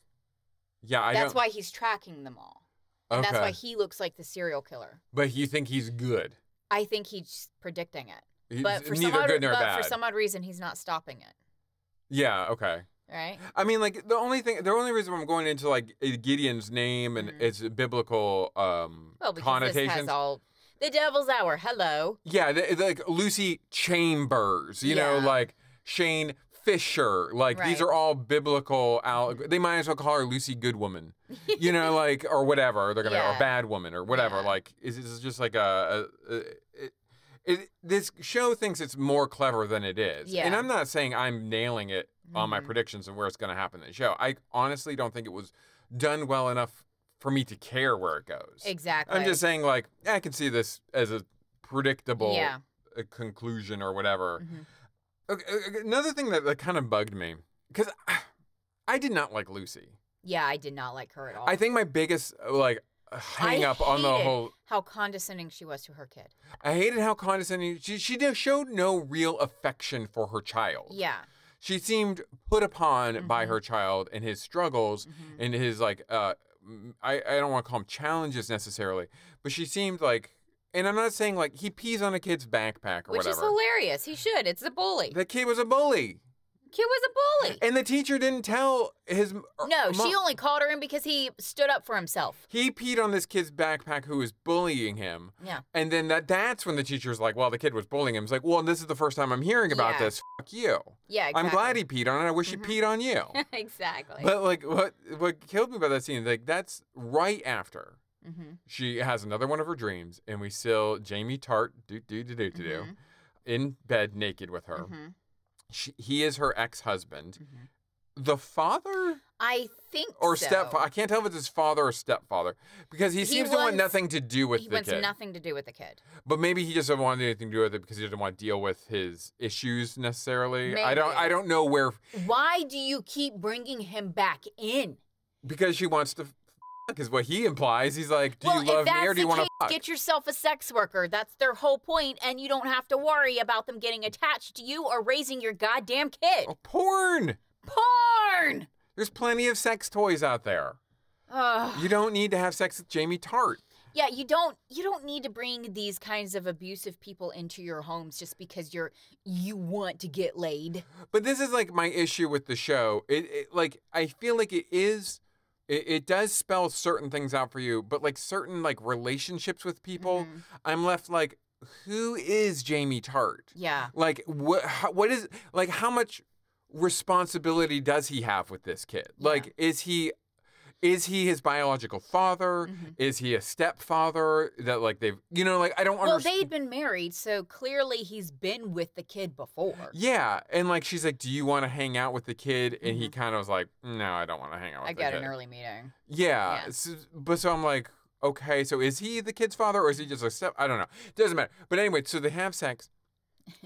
Yeah, I that's don't. why he's tracking them all. okay. And That's why he looks like the serial killer. but you think he's good? I think he's predicting it. He's But for neither some odd, good nor but bad. for some odd reason, he's not stopping it. yeah. Okay. Right? I mean, like the only thing, the only reason I'm going into like Gideon's name and Mhm. its biblical um Well, because this connotations. has all the devil's hour. Hello. yeah, th- like Lucy Chambers, you know, Yeah. like Shane Fisher. Like these Right. Mm-hmm. are all biblical. Alleg- they might as well call her Lucy Goodwoman, you know, like or whatever they're gonna or Yeah. Bad Woman or whatever. Yeah. Like is this is just like a. a, a it, it, this show thinks it's more clever than it is, and Yeah. I'm not saying I'm nailing it on my Mhm. predictions and where it's going to happen in the show. I honestly don't think it was done well enough for me to care where it goes. exactly. I'm just saying, like, I can see this as a predictable Yeah. uh, conclusion or whatever. Mhm. Okay, uh, okay, another thing that, that kind of bugged me, because I did not like Lucy. Yeah, I did not like her at all. I think my biggest, uh, like, hang up on the hated whole. how condescending she was to her kid. I hated how condescending she, she did- showed no real affection for her child. Yeah. She seemed put upon by Mhm. her child and his struggles Mhm. and his like uh m- I, I don't want to call them challenges necessarily, but she seemed like and I'm not saying like he pees on a kid's backpack or Which is whatever. hilarious. He should. It's a bully. the kid was a bully. kid was a bully. And the teacher didn't tell his m- or No, mo- she only called her in because he stood up for himself. he peed on this kid's backpack who was bullying him. Yeah. And then that that's when the teacher's like, well, the kid was bullying him. He's like, well, this is the first time I'm hearing about Yeah. this. Fuck you. Yeah, exactly. I'm glad he peed on it. I wish Mhm. he peed on you. exactly. but like what what killed me about that scene, like that's right after Mhm, she has another one of her dreams, and we still Jamie Tart do do do do do do mhm, in bed naked with her. mhm, She, he is her ex husband, mhm. the father I think or so. stepfather. I can't tell if it's his father or stepfather because he He seems to want wants- nothing to do with He the wants kid. nothing to do with the kid. But maybe he just doesn't want anything to do with it because he doesn't want to deal with his issues necessarily. I don't. Maybe. I don't know where Why do you keep bringing him back in? because she wants to. Fuck is what he implies. He's like, do well, you love if that's me or do you the want to case, fuck? get yourself a sex worker. That's their whole point, and you don't have to worry about them getting attached to you or raising your goddamn kid. Oh, porn. Oh. Porn. There's plenty of sex toys out there. Ugh. You don't need to have sex with Jamie Tart. Yeah, you don't you don't need to bring these kinds of abusive people into your homes just because you're you want to get laid. But this is like my issue with the show. It, it like I feel like it is it, it does spell certain things out for you, but like certain like relationships with people, Mhm. I'm left like who is Jamie Tart? Yeah. Like what how, what is like how much responsibility does he have with this kid? Yeah. Like is he is he his biological father? Mm-hmm. Is he a stepfather that like they've you know like I don't Well, understand. they'd been married, so clearly he's been with the kid before. Yeah, and like she's like, "Do you want to hang out with the kid?" And he kind of was like, "No, I don't want to hang out with I the got kid." an early meeting. Yeah, Yeah. so- but so I'm like, okay, so is he the kid's father or is he just a step? I don't know. Doesn't matter. But anyway, so they have sex,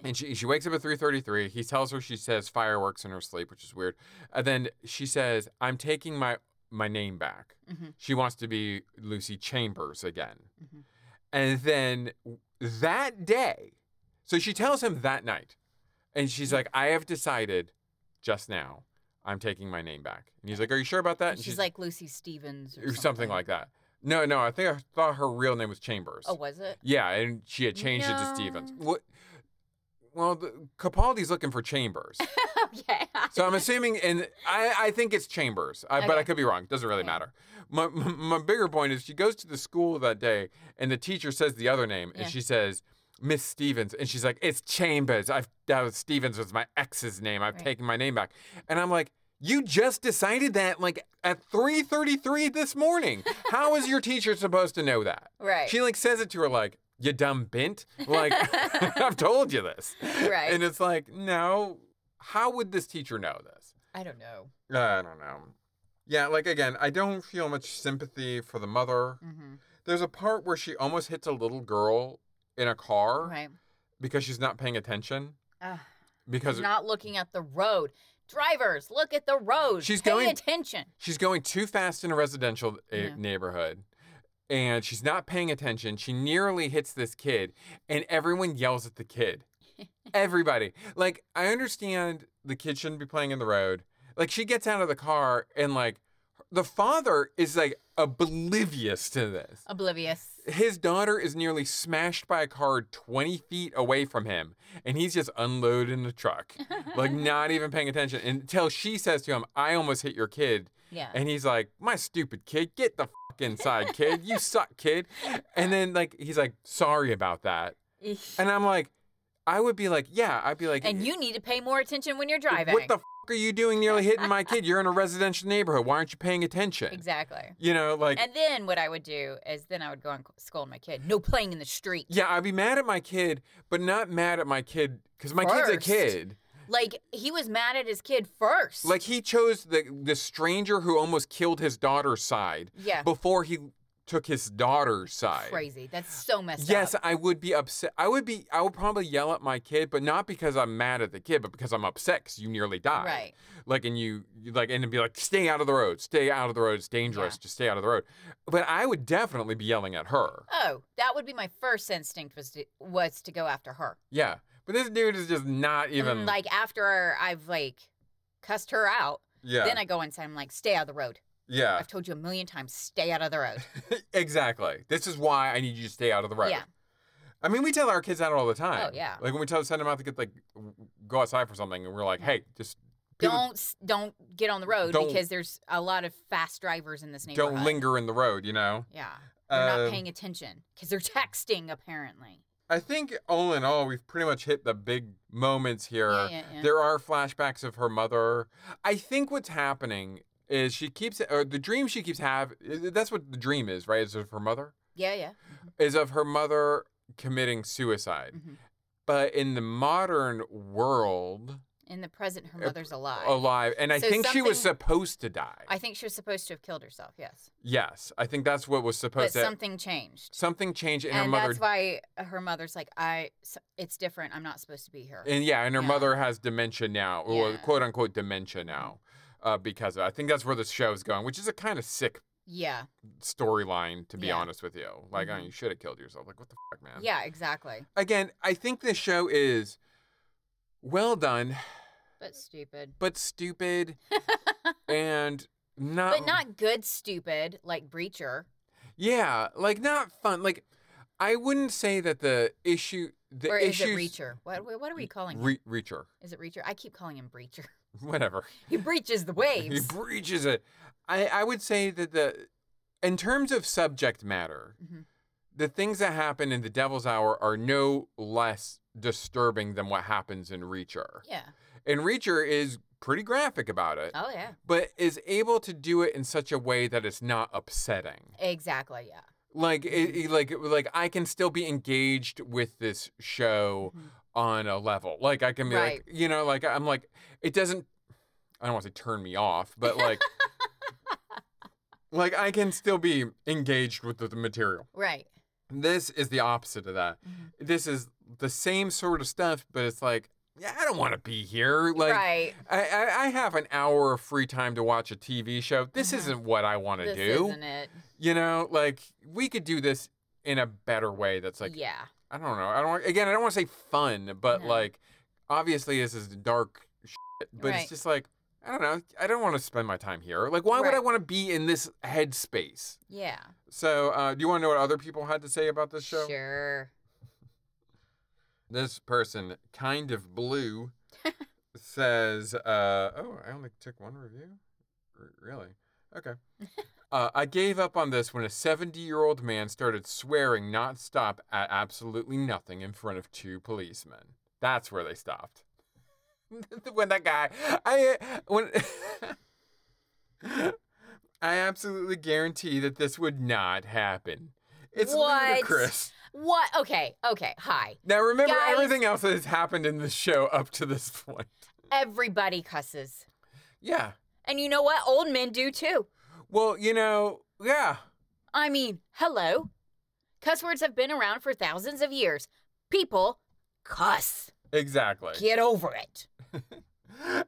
and she she wakes up at 3:33. He tells her she says fireworks in her sleep, which is weird. And then she says, "I'm taking my my name back." Mhm. She wants to be Lucy Chambers again, Mhm. and then that day, so she tells him that night, and Mm-hmm. she's like, "I have decided just now." I'm taking my name back. And he's like, Are you sure about that? And she's, like Lucy Stevens or, or something, like that. No, no, I think I thought her real name was Chambers. Oh, was it? yeah, and she had changed it to Stevens. No. What? Well, the, Capaldi's looking for Chambers, Oh, okay. so I'm assuming, and I, I think it's Chambers, I, but I Okay. could be wrong. Doesn't really Okay. matter. My, my my bigger point is she goes to the school that day, and the teacher says the other name, Yeah. and she says. Miss Stevens, and she's like, "It's Chambers. I've that was Stevens was my ex's name. I've Right. taken my name back." And I'm like, "You just decided that like at 3:33 this morning. How is your teacher supposed to know that?" Right. She like says it to her like, "You dumb bint." Like, I've told you this. Right. And it's like, no. How would this teacher know this? I don't know. I don't know. Yeah, like again, I don't feel much sympathy for the mother. Mm. Mm-hmm. There's a part where she almost hits a little girl in a car Right. because she's not paying attention Ugh. because Not looking at the road. Drivers, look at the road. She's Pay going- attention. she's going too fast in a residential uh, Yeah. neighborhood and she's not paying attention. She nearly hits this kid and everyone yells at the kid. Everybody. Like I understand the kid shouldn't be playing in the road. Like she gets out of the car and like the father is like oblivious to this. Oh. Oblivious. His daughter is nearly smashed by a car 20 feet away from him, and he's just unloading the truck, like not even paying attention until she says to him, I almost hit your kid. Yeah. And he's like, My stupid kid, get the fuck inside, kid. You suck, kid. And then, like, he's like, Sorry about that. And I'm like, I would be like, Yeah, I'd be like, And you need to pay more attention when you're driving. What the fuck are you doing nearly hitting my kid? You're in a residential neighborhood. Why aren't you paying attention? Exactly. You know, like, And then what I would do is then I would go and scold my kid. No playing in the street. Yeah, I'd be mad at my kid, but not mad at my kid because my kid's a First. kid. Like he was mad at his kid first. Like he chose the the stranger who almost killed his daughter's side Yeah. before he took his daughter's side. crazy. That's so messed Yes, up. I would be upset. I would be. I would probably yell at my kid, but not because I'm mad at the kid, but because I'm upset because you nearly died. Right. Like, and you you like, and it'd be like, stay out of the road, stay out of the road. It's dangerous. Just stay out of the road. But I would definitely be yelling at her. Oh, that would be my first instinct was to, was to go after her. Yeah. But this dude is just not And, even. Mm, like after I've like cussed her out, yeah. then I go inside. I'm like, stay out of the road. yeah. I've told you a million times, stay out of the road. exactly. This is why I need you to stay out of the road. Yeah. Oh, I mean, we tell our kids that all the time. yeah. Like when we tell send them out to get like w- go outside for something, and we're like, hey, just do the- don't s- don't get on the road Don't- because there's a lot of fast drivers in this neighborhood. don't linger in the road, you know. Yeah. They're Um, not paying attention because they're texting apparently. I think all in all, we've pretty much hit the big moments here. Yeah, yeah, yeah. There are flashbacks of her mother. I think what's happening is she keeps or the dream she keeps have. That's what the dream is, right? Is of her mother. Yeah, yeah. Is of her mother committing suicide. Mhm. But in the modern world, In the present, her Uh, mother's alive. alive. And I So think she was something- supposed to die. I think she was supposed to have killed herself. Yes, yes, I think that's what was but supposed to. something changed, something changed, and, her and mother. that's why her mother's like, "I, s- it's different. I'm not supposed to be here." and yeah, and her Yeah. mother has dementia now, or Yeah. quote unquote dementia now, uh, because of, I think that's where the show is going, which is a kind of sick yeah, storyline, to be Yeah. honest with you. Like, oh, Mhm. you should have killed yourself. Like, what the fuck, man? yeah, exactly. Again, I think this show is well done, But stupid, but stupid, and not. but not good. Stupid like Breacher. Yeah, like not fun. Like I wouldn't say that the issue the or is issues it Reacher? What what are we calling him? Re- reacher, Is it Reacher? I keep calling him Breacher. whatever. He breaches the He waves. breaches it. I I would say that the in terms of subject matter, Mhm. the things that happen in the Devil's Hour are no less disturbing than what happens in Reacher. yeah. And Reacher is pretty graphic about it, Oh yeah. but is able to do it in such a way that it's not upsetting. Exactly. Yeah. like it, Mm-hmm. it- like like I can still be engaged with this show Mhm. on a level. Like I can be Right. like you know like I'm like it doesn't I don't want to say turn me off, but like like I can still be engaged with the, the material. Right. This is the opposite of that. Mhm. This is the same sort of stuff, but it's like yeah, I don't want to be here. Like right. I, I I have an hour of free time to watch a TV show. This Uh-huh. isn't what I want to This do. isn't it. You know, like we could do this in a better way. That's like yeah. I don't know. I don't again. I don't want to say fun, but No. like obviously this is dark shit. But Right. it's just like I don't know. I don't want to spend my time here. Like why would I Right. want to be in this headspace? Yeah. So uh, do you want to know what other people had to say about this show? Sure. This person, kind of blue, says, uh, "Oh, I only took one review. R- really? Okay." Uh, I gave up on this when a 70 year old man started swearing nonstop at absolutely nothing in front of two policemen. That's where they stopped. when that guy, I when I absolutely guarantee that this would not happen. It's What? ludicrous. What? Okay. Okay. Hi. Now remember Guys. everything else that has happened in this show up to this point. Everybody cusses. Yeah. And you know what? Old men do too. Well, you know, yeah. I mean, hello. Cuss words have been around for thousands of years. People cuss. Exactly. Get over it.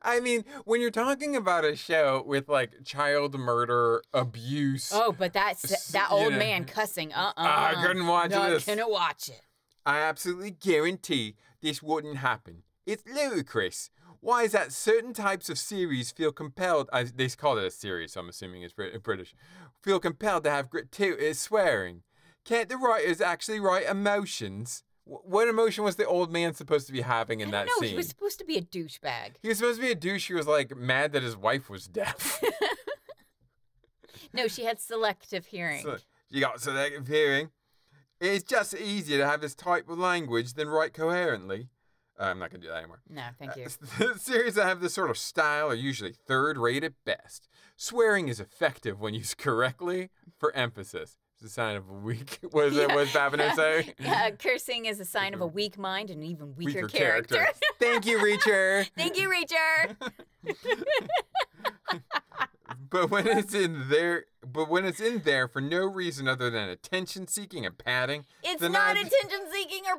I mean, when you're talking about a show with like child murder, abuse, Oh, but that's S- that you old know. man cussing. Uh uh I couldn't watch no, this. I couldn't watch it. I absolutely guarantee this wouldn't happen. It's ludicrous. Why is that certain types of series feel compelled, I, they call it a series, so I'm assuming it's Brit- uh, British, feel compelled to have gratuitous swearing? Can't the writers actually write emotions? Wh- What emotion was the old man supposed to be having in that Uh, no, scene? he was supposed to be a douchebag. He was supposed to be a douche who was like mad that his wife was deaf. No, she had selective hearing. So- you got selective hearing. It's just easier to have this type of language than write coherently. Uh, I'm not going to do that anymore. no, thank you. The series that have this sort of style are usually third rate at best. Swearing is effective when used correctly for emphasis. It's a sign of a weak. Was it was Babineau saying? Yeah, cursing is a sign of Mm-hmm. a weak mind and an even weaker, character. Thank you, Reacher. Thank you, Reacher. But when it's in there, but when it's in there for no reason other than attention seeking and padding, It's then not I, attention seeking or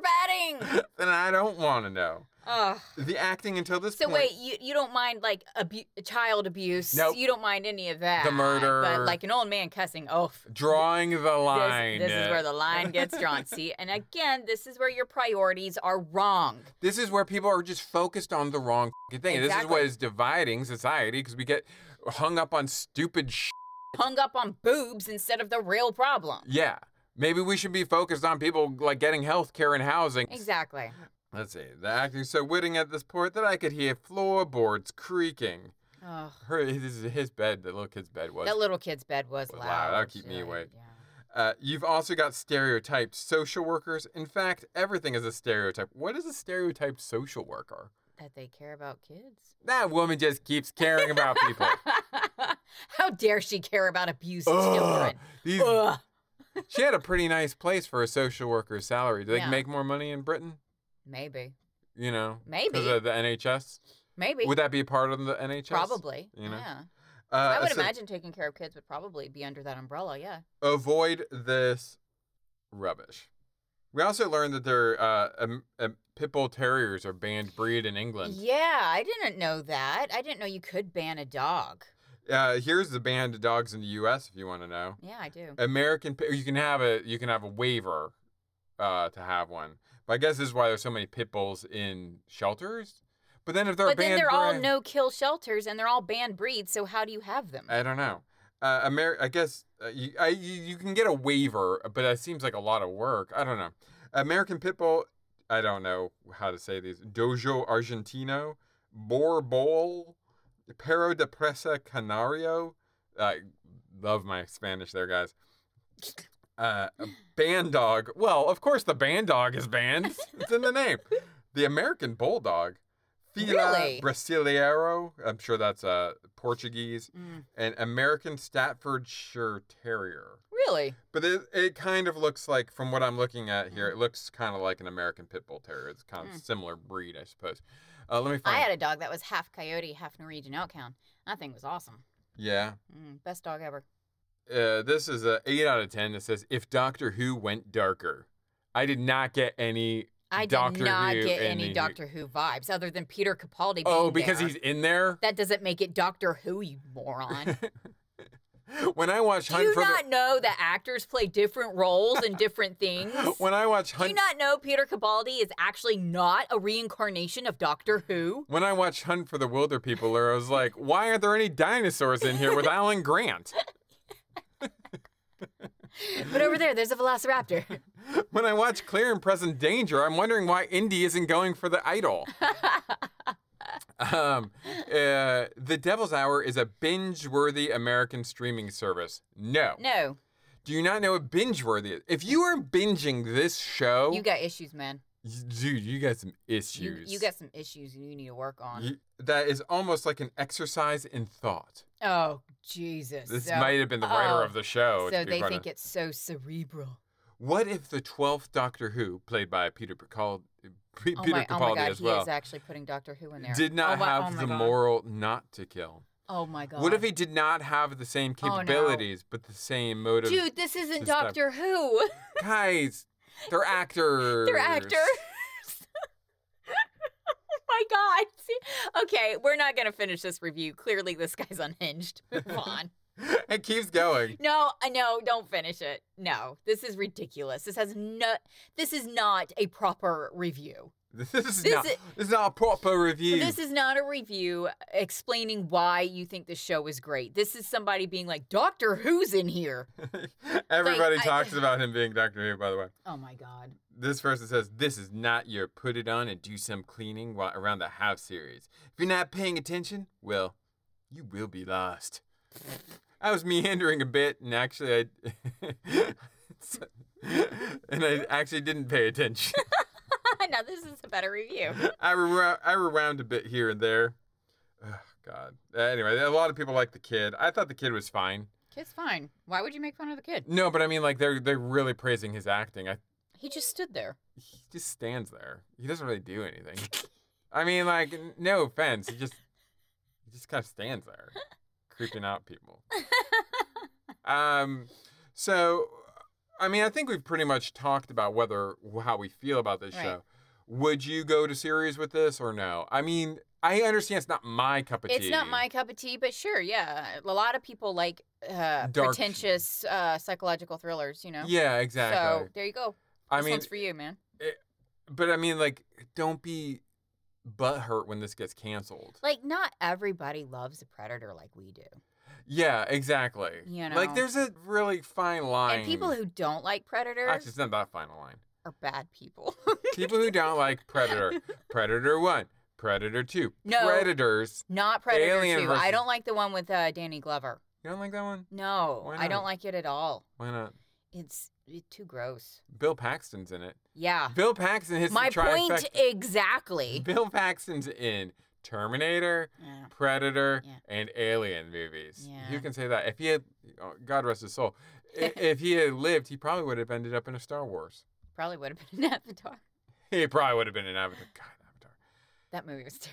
batting. then I don't want to know. Ugh. The acting until this So point. wait, you, you don't mind like abu- child abuse? Nope. You don't mind any of that. The murder. but like an old man cussing. Oh, f- drawing the line. this, this is where the line gets drawn. See, and again, this is where your priorities are wrong. This is where people are just focused on the wrong fing thing. This is what Exactly. is dividing society because we get hung up on stupid sh- Hung up on boobs instead of the real problem. Yeah. Maybe we should be focused on people like getting health care and housing. Exactly. Let's see. The acting's so witting at this point that I could hear floorboards creaking. Ugh. Her, this is his bed. The little kid's bed was. That little kid's bed was was loud. loud. That'll keep me Yeah, awake. yeah. Uh, you've also got stereotyped social workers. In fact, everything is a stereotype. What is a stereotyped social worker? That they care about kids. That woman just keeps caring about people. How dare she care about abused Ugh, children? these Ugh. She had a pretty nice place for a social worker's salary. Do they Yeah. make more money in Britain? Maybe. You know, because Maybe. of the NHS. Maybe. Would that be a part of uh, the NHS? probably. you know? Yeah. Uh, I would so imagine taking care of kids would probably be under that umbrella. Yeah. Avoid this rubbish. We also learned that their uh, um, um, pit bull terriers are banned breed in England. Yeah, I didn't know that. I didn't know you could ban a dog. Uh, here's the banned dogs in the U.S. If you want to know, Yeah, I do. American Pit- you can have a you can have a waiver uh, to have one. But I guess this is why there's so many pit bulls in shelters. But then if they're But banned then they're all bred- no kill shelters and they're all banned breeds, so how do you have them? I don't know. Uh, Ameri- I guess uh, you, I, you you can get a waiver, but that seems like a lot of work. I don't know. American Pit Bull. I don't know how to say these. Dojo Argentino, Boar Bowl, Perro de Presa Canario. I love my Spanish there, guys. Uh, band dog. Well, of course the band dog is banned. it's in the name. The American Bulldog. Fila Really? Brasileiro. I'm sure that's uh, Portuguese Mm. an American Staffordshire Terrier. Really? But it, it kind of looks like, from what I'm looking at here, Mm-hmm. it looks kind of like an American Pit Bull Terrier. It's kind of similar breed, I suppose. Uh, let me Hmm. I find. had a dog that was half coyote, half Norwegian outcalf. That thing was awesome. yeah. Mm, best dog ever. Uh, this is a 8 out of 10 that says, if Doctor Who went darker. I did not get any I did Doctor not Who get in any the- Doctor Who vibes other than Peter Capaldi. Being Oh, because there. he's in there? That doesn't make it Doctor Who, you moron. When I watch Do Hunt you for not know that actors play different roles in different things? the... When I watch Do you Hunt not know Peter Capaldi is actually not a reincarnation of Doctor Who? When I watched Hunt for the Wilder People, I was like, why aren't there any dinosaurs in here with Alan Grant? But over there, there's a velociraptor. When I watch Clear and Present Danger, I'm wondering why Indy isn't going for the idol. um, uh, the Devil's Hour is a binge worthy American streaming service. No. No, Do you not know what binge worthy is? If you are binging this show, you got issues, man. dude, you got some You, issues. you got some issues you need to work on. You- that is almost like an exercise in thought. oh, Jesus. This So- might have been the writer oh, of the show. So to be they quite think honest. it's so cerebral. What if the 12th Doctor Who, played by Peter Capaldi, Peter oh, my, Capaldi oh my God, as he well, is actually putting Doctor Who in there. did not Oh my- oh have my the God. moral not to kill. Oh my god. What if he did not have the same Oh, no. capabilities but the same motive? Dude, this isn't This stuff. Doctor Who. Guys, they're actors. They're actors. oh my god. See- Okay, we're not gonna finish this review. Clearly, this guy's unhinged. Move on. it keeps going. No, I no, don't finish it. No, this is ridiculous. This has no. This is not a proper review. This is This not. is- This is not a proper review. This is not a review explaining why you think the show is great. This is somebody being like, Doctor Who's in here? Everybody I- talks about him being Doctor Who. By the way, Oh my god. this person says this is not your put it on and do some cleaning while around the house series. If you're not paying attention, well, you will be lost. I was meandering a bit, and actually, I and I actually didn't pay attention. now this is a better review. I rewound, I rewound a bit here and there. Ugh, God. Uh, Anyway, a lot of people like the kid. I thought the kid was fine. Kid's fine. Why would you make fun of the kid? No, but I mean, like they're they're really praising his acting. I He just stood there. he just stands there. He doesn't really do anything. I mean, like, n- no offense, he just he just kind of stands there, creeping out people. Um, so, I mean, I think we've pretty much talked about whether how we feel about this Right. show. Would you go to series with this or no? I mean, I understand it's not my cup of tea. It's not my cup of tea, but sure, yeah. A lot of people like uh, Dark- pretentious uh, psychological thrillers, you know? Yeah, exactly. So there you go. I this mean, one's for you, man. but I mean, like, don't be butthurt when this gets canceled. Like, not everybody loves a predator like we do. Yeah, exactly. You like know? there's a really fine line. And people who don't like predators actually, it's not that fine a line. are bad people. People who don't like Predator, Predator One, Predator Two, No. Predators. not Predator Alien 2. versus- I don't like the one with uh, Danny Glover. You don't like that one? No, Why I not? don't like it at all. Why not? It's, it's too gross. Bill Paxton's in it. Yeah. Bill Paxton hits My the point trifecta. exactly. Bill Paxton's in Terminator, Yeah. Predator, Yeah. and Alien movies. You Yeah. can say that. If he had, oh, God rest his soul, I- if he had lived, he probably would have ended up in a Star Wars. Probably would have been an Avatar. He probably would have been an Avatar. God, Avatar, That movie was terrible.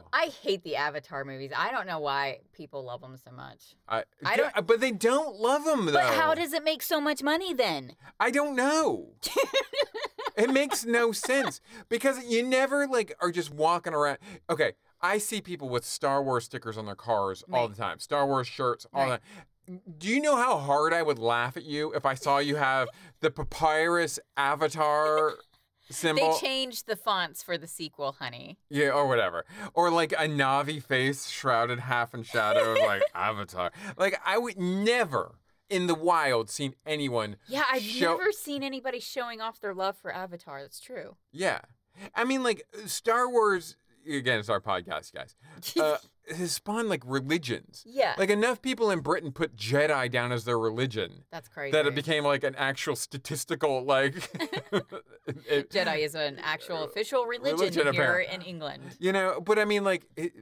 terrible. I hate the Avatar movies. I don't know why people love them so much. I, I Yeah, but they don't love him though. But how does it make so much money then? I don't know. it makes no sense because you never like are just walking around. Okay, I see people with Star Wars stickers on their cars all Right. the time. Star Wars shirts all Right. the time. Do you know how hard I would laugh at you if I saw you have the papyrus avatar symbol? They changed the fonts for the sequel, honey. Yeah, or whatever. Or like a Navi face shrouded half in shadow of like Avatar. Like I would never in the wild seen anyone Yeah, I've Show- never seen anybody showing off their love for Avatar. That's true. Yeah. I mean like Star Wars again, it's our podcast, guys. Uh, has spawned like religions. Yeah. Like enough people in Britain put Jedi down as their religion That's crazy. that it became like an actual statistical like it- Jedi is an actual official religion, Uh, religion, here apparently. in England. You know, but I mean, like, it,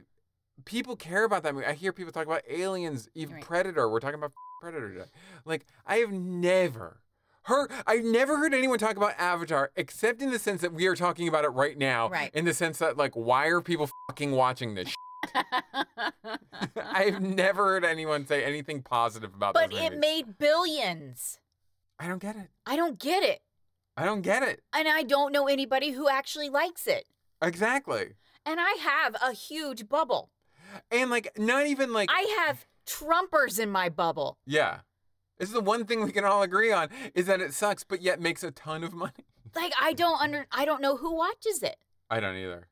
people care about that movie. I hear people talk about aliens, even Right. Predator. We're talking about Predator today. Like, I have never heard, I've never heard anyone talk about Avatar, except in the sense that we are talking about it right now. Right. In the sense that, like, why are people fucking watching this? shit? I've never heard anyone say anything positive about But this it movie. made billions. I don't get it. I don't get it. I don't get it. And I don't know anybody who actually likes it. Exactly. And I have a huge bubble. And like, not even like I have Trumpers in my bubble. Yeah. This is the one thing we can all agree on is that it sucks, but yet makes a ton of money. Like I don't under I don't know who watches it. I don't either.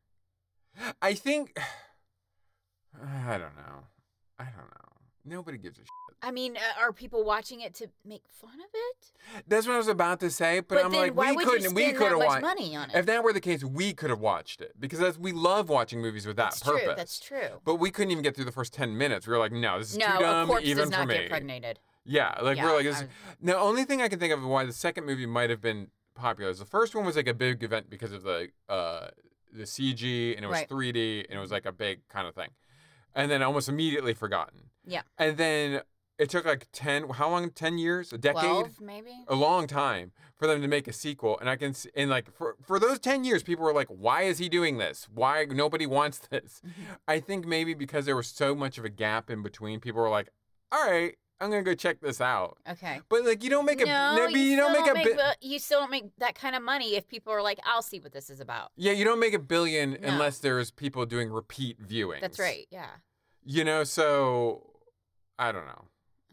I think I don't know. I don't know. Nobody gives a shit. I mean, uh, are people watching it to make fun of it? That's what I was about to say, but, But I'm then like, why we would you couldn't. we spend that could have much watched money on it? If that were the case, we could have watched it because that's, we love watching movies with that that's purpose. true. That's true. But we couldn't even get through the first ten minutes. We were like, no, this is no, too dumb, a corpse even does not for me. get pregnated. Yeah, like we're Yeah, like this. I'm- The only thing I can think of why the second movie might have been popular is the first one was like a big event because of the uh the CG and it was Right. Mm-hmm. 3D and it was like a big kind of thing, and then almost immediately forgotten. Yeah. And then It took like 10, how long? 10 years? A decade? Oh. 12, maybe? a long time for them to make a sequel and i can s- and like for, for those 10 years people were like why is he doing this why nobody wants this i think maybe because there was so much of a gap in between people were like all right i'm gonna go check this out Okay. but like you don't make a No, maybe you, don't still make a bi- bu- you still don't make that kind of money if people are like, I'll see what this is about. yeah you don't make a billion No. unless there's people doing repeat viewings That's right. Yeah. you know so i don't know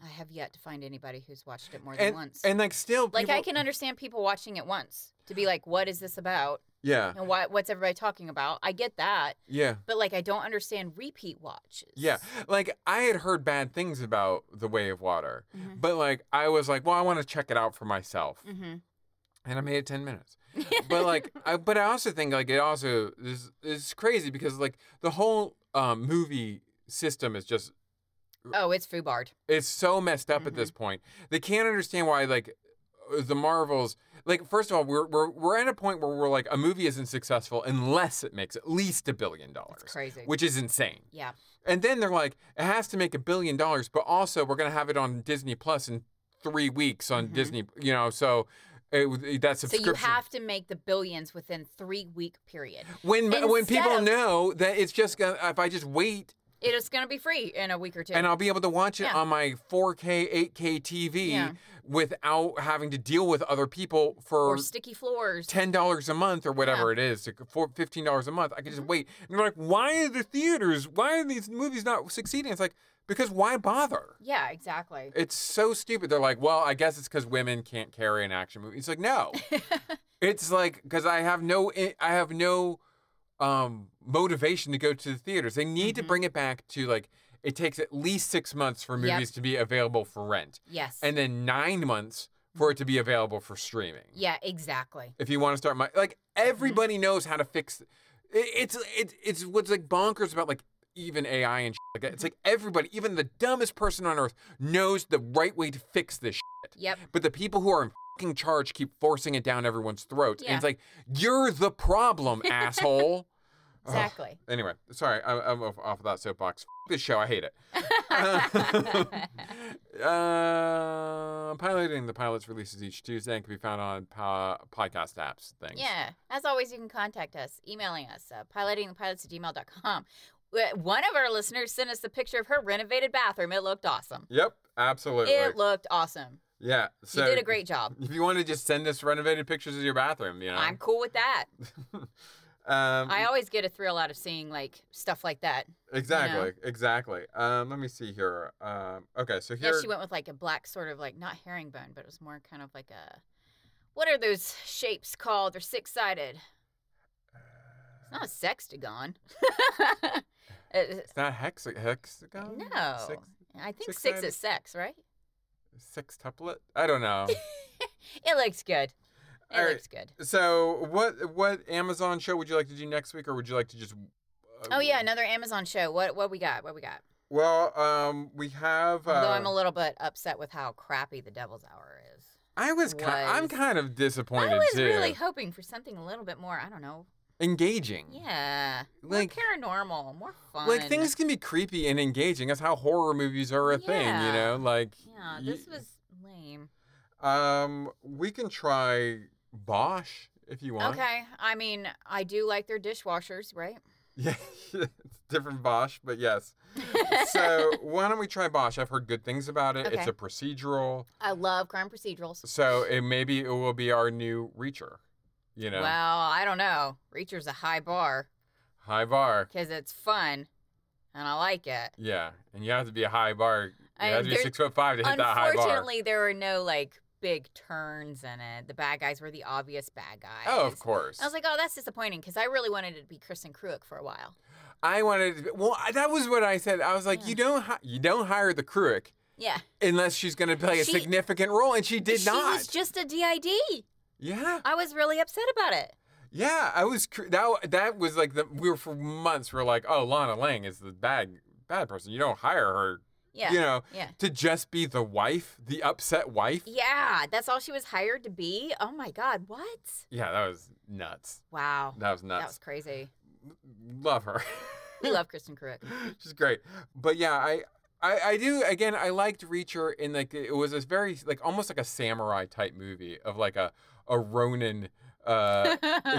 I have yet to find anybody who's watched it more than and, once. and like still like I people- can understand people watching it once to be like, what is this about? yeah And why, what's everybody talking about? I get that. yeah But like I don't understand repeat watches. Yeah. Like I had heard bad things about The Way of Water, Mhm. but like I was like, well, I want to check it out for myself. Mhm. And I made it 10 minutes. but like I but I also think like it also is is crazy because like the whole um, movie system is just Oh, it's foobard. it's so messed up at this point. They can't understand why like uh, the Marvels like first of all we're, we're we're at a point where we're like a movie isn't successful unless it makes at least a billion dollars. crazy. Which is insane. Yeah. And then they're like, it has to make a billion dollars, but also we're going to have it on Disney Plus in three weeks on Disney, you know, so it, w- Mm-hmm. that So subscription. you have to make the billions within three week period. when, when instead people of- know that it's just gonna, if I just wait It is going to be free in a week or two. and I'll be able to watch it Yeah. on my 4K, 8K TV Yeah. without having to deal with other people for or sticky floors. ten dollars a month or whatever it is, like for fifteen dollars a month, I could Mm-hmm. just wait. And they're like, why are the theaters? Why are these movies not succeeding? It's like because why bother? yeah, exactly. It's so stupid. They're like, well, I guess it's because women can't carry an action movie. It's like no, it's like because I have no, I I have no um motivation to go to the theaters. They need to bring it back to like it takes at least six months for Yep. movies to be available for rent, Yes. and then nine months for it to be available for streaming yeah, exactly. if you want to start my like Mm-hmm. everybody knows how to fix it, it's it, it's what's like bonkers about like even AI and shit like that. It's Mm-hmm. like everybody, even the dumbest person on earth knows the right way to fix this shit. Yep. But the people who are in fucking charge keep forcing it down everyone's throats. And Yeah. it's like you're the problem, asshole. Ugh. Exactly. Anyway, sorry, I, I'm off, off of that soapbox. F- this show, I hate it. uh, piloting the pilots releases each Tuesday and can be found on po- podcast apps. Things. Yeah. As always, you can contact us, emailing us, uh, pilotingthepilots at gmail.com. One of our listeners sent us a picture of her renovated bathroom. It looked awesome. Yep, absolutely. It looked awesome. yeah. You So did a great job. If you want to just send us renovated pictures of your bathroom, you know. I'm cool with that. um, I always get a thrill out of seeing like stuff like that. exactly, exactly. Um, let me see here. Um, okay, so Yeah, here. she went with like a black sort of like not herringbone, but it was more kind of like a what are those shapes called? They're six sided. It's not a sextagon. It- it's not hexa- hexagon. no, Six, I think six, six-sided? is sex, right? sextuplet. I don't know. It looks good. It All right. looks good. So, what what Amazon show would you like to do next week, or would you like to just? uh, Oh yeah, another Amazon show. What what we got? What we got? Well, um, we have. Uh, Although I'm a little bit upset with how crappy the Devil's Hour is. I was. Ki- I'm was- kind of disappointed I was too. really hoping for something a little bit more. I don't know. engaging. Mm. Yeah, Like- more paranormal, more fun. Like things can be creepy and engaging. That's how horror movies are a thing, Yeah. you know. Like. Yeah, you- this was lame. Um, we can try Bosch if you want. Okay, I mean, I do like their dishwashers, right? Yeah, it's different Bosch, but yes. so why don't we try Bosch? I've heard good things about it. It's Okay. a procedural, I love crime procedurals. so it maybe it will be our new Reacher. You know, Well, I don't know. Reacher's a high bar high bar. because it's fun, and I like it. Yeah, and you have to be a high bar. You I- have to be there- six foot five to hit that high bar. Unfortunately, there were no like big turns in it. The bad guys were the obvious bad guys. Oh, of course. I was like, oh, that's disappointing because I really wanted it to be Kristen Cruick for a while. I wanted. To be, well, I- that was what I said. I was like, Yeah. you don't, hi- you don't hire the Kruick Yeah, unless she's going to play a She- significant role, and she did she not. was just a DID. yeah. I was really upset about it. Yeah, I was cr- that. w- That was like the we were for months. We are like, oh, Lana Lang is the bad bad person. You don't hire her. Yeah, You know, yeah. to just be the wife, the upset wife. Yeah, that's all she was hired to be. Oh my God, what? Yeah, that was nuts. Wow, That was that was nuts. crazy. Love her. We love Kristen Cruick. She's great. But yeah, I I, I do again. I liked Reacher in like it was this very like almost like a samurai type movie of like a a Ronin uh,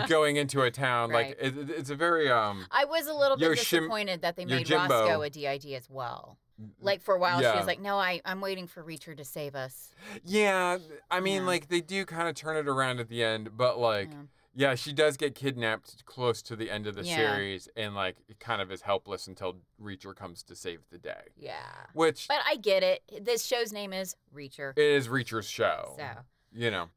going into a town. Like it, it- it's a very um I was a little bit Your shim- disappointed that they your made Jimbo. Mm, Roscoe a DID as well. Like for a while, she Yeah. was like, "No, I, I'm waiting for Reacher to save us." yeah. I mean Yeah. like they do kind of turn it around at the end, but like Yeah. yeah, she does get kidnapped close to the end of the Yeah. series and like kind of is helpless until Reacher comes to save the day, Yeah, which but I get it. This show's name is Reacher, it is Reacher's show. so you know,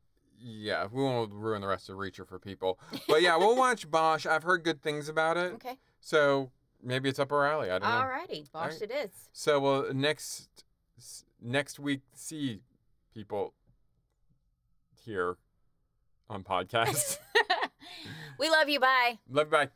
yeah, we won't ruin the rest of Reacher for people. But yeah, we'll watch Bosch. I've heard good things about it. okay, So maybe it's up our alley. I don't know. alrighty, Bosh, Alright. it is. So we'll next s- next week see people here on podcast. we love you. Bye. Love you. Bye.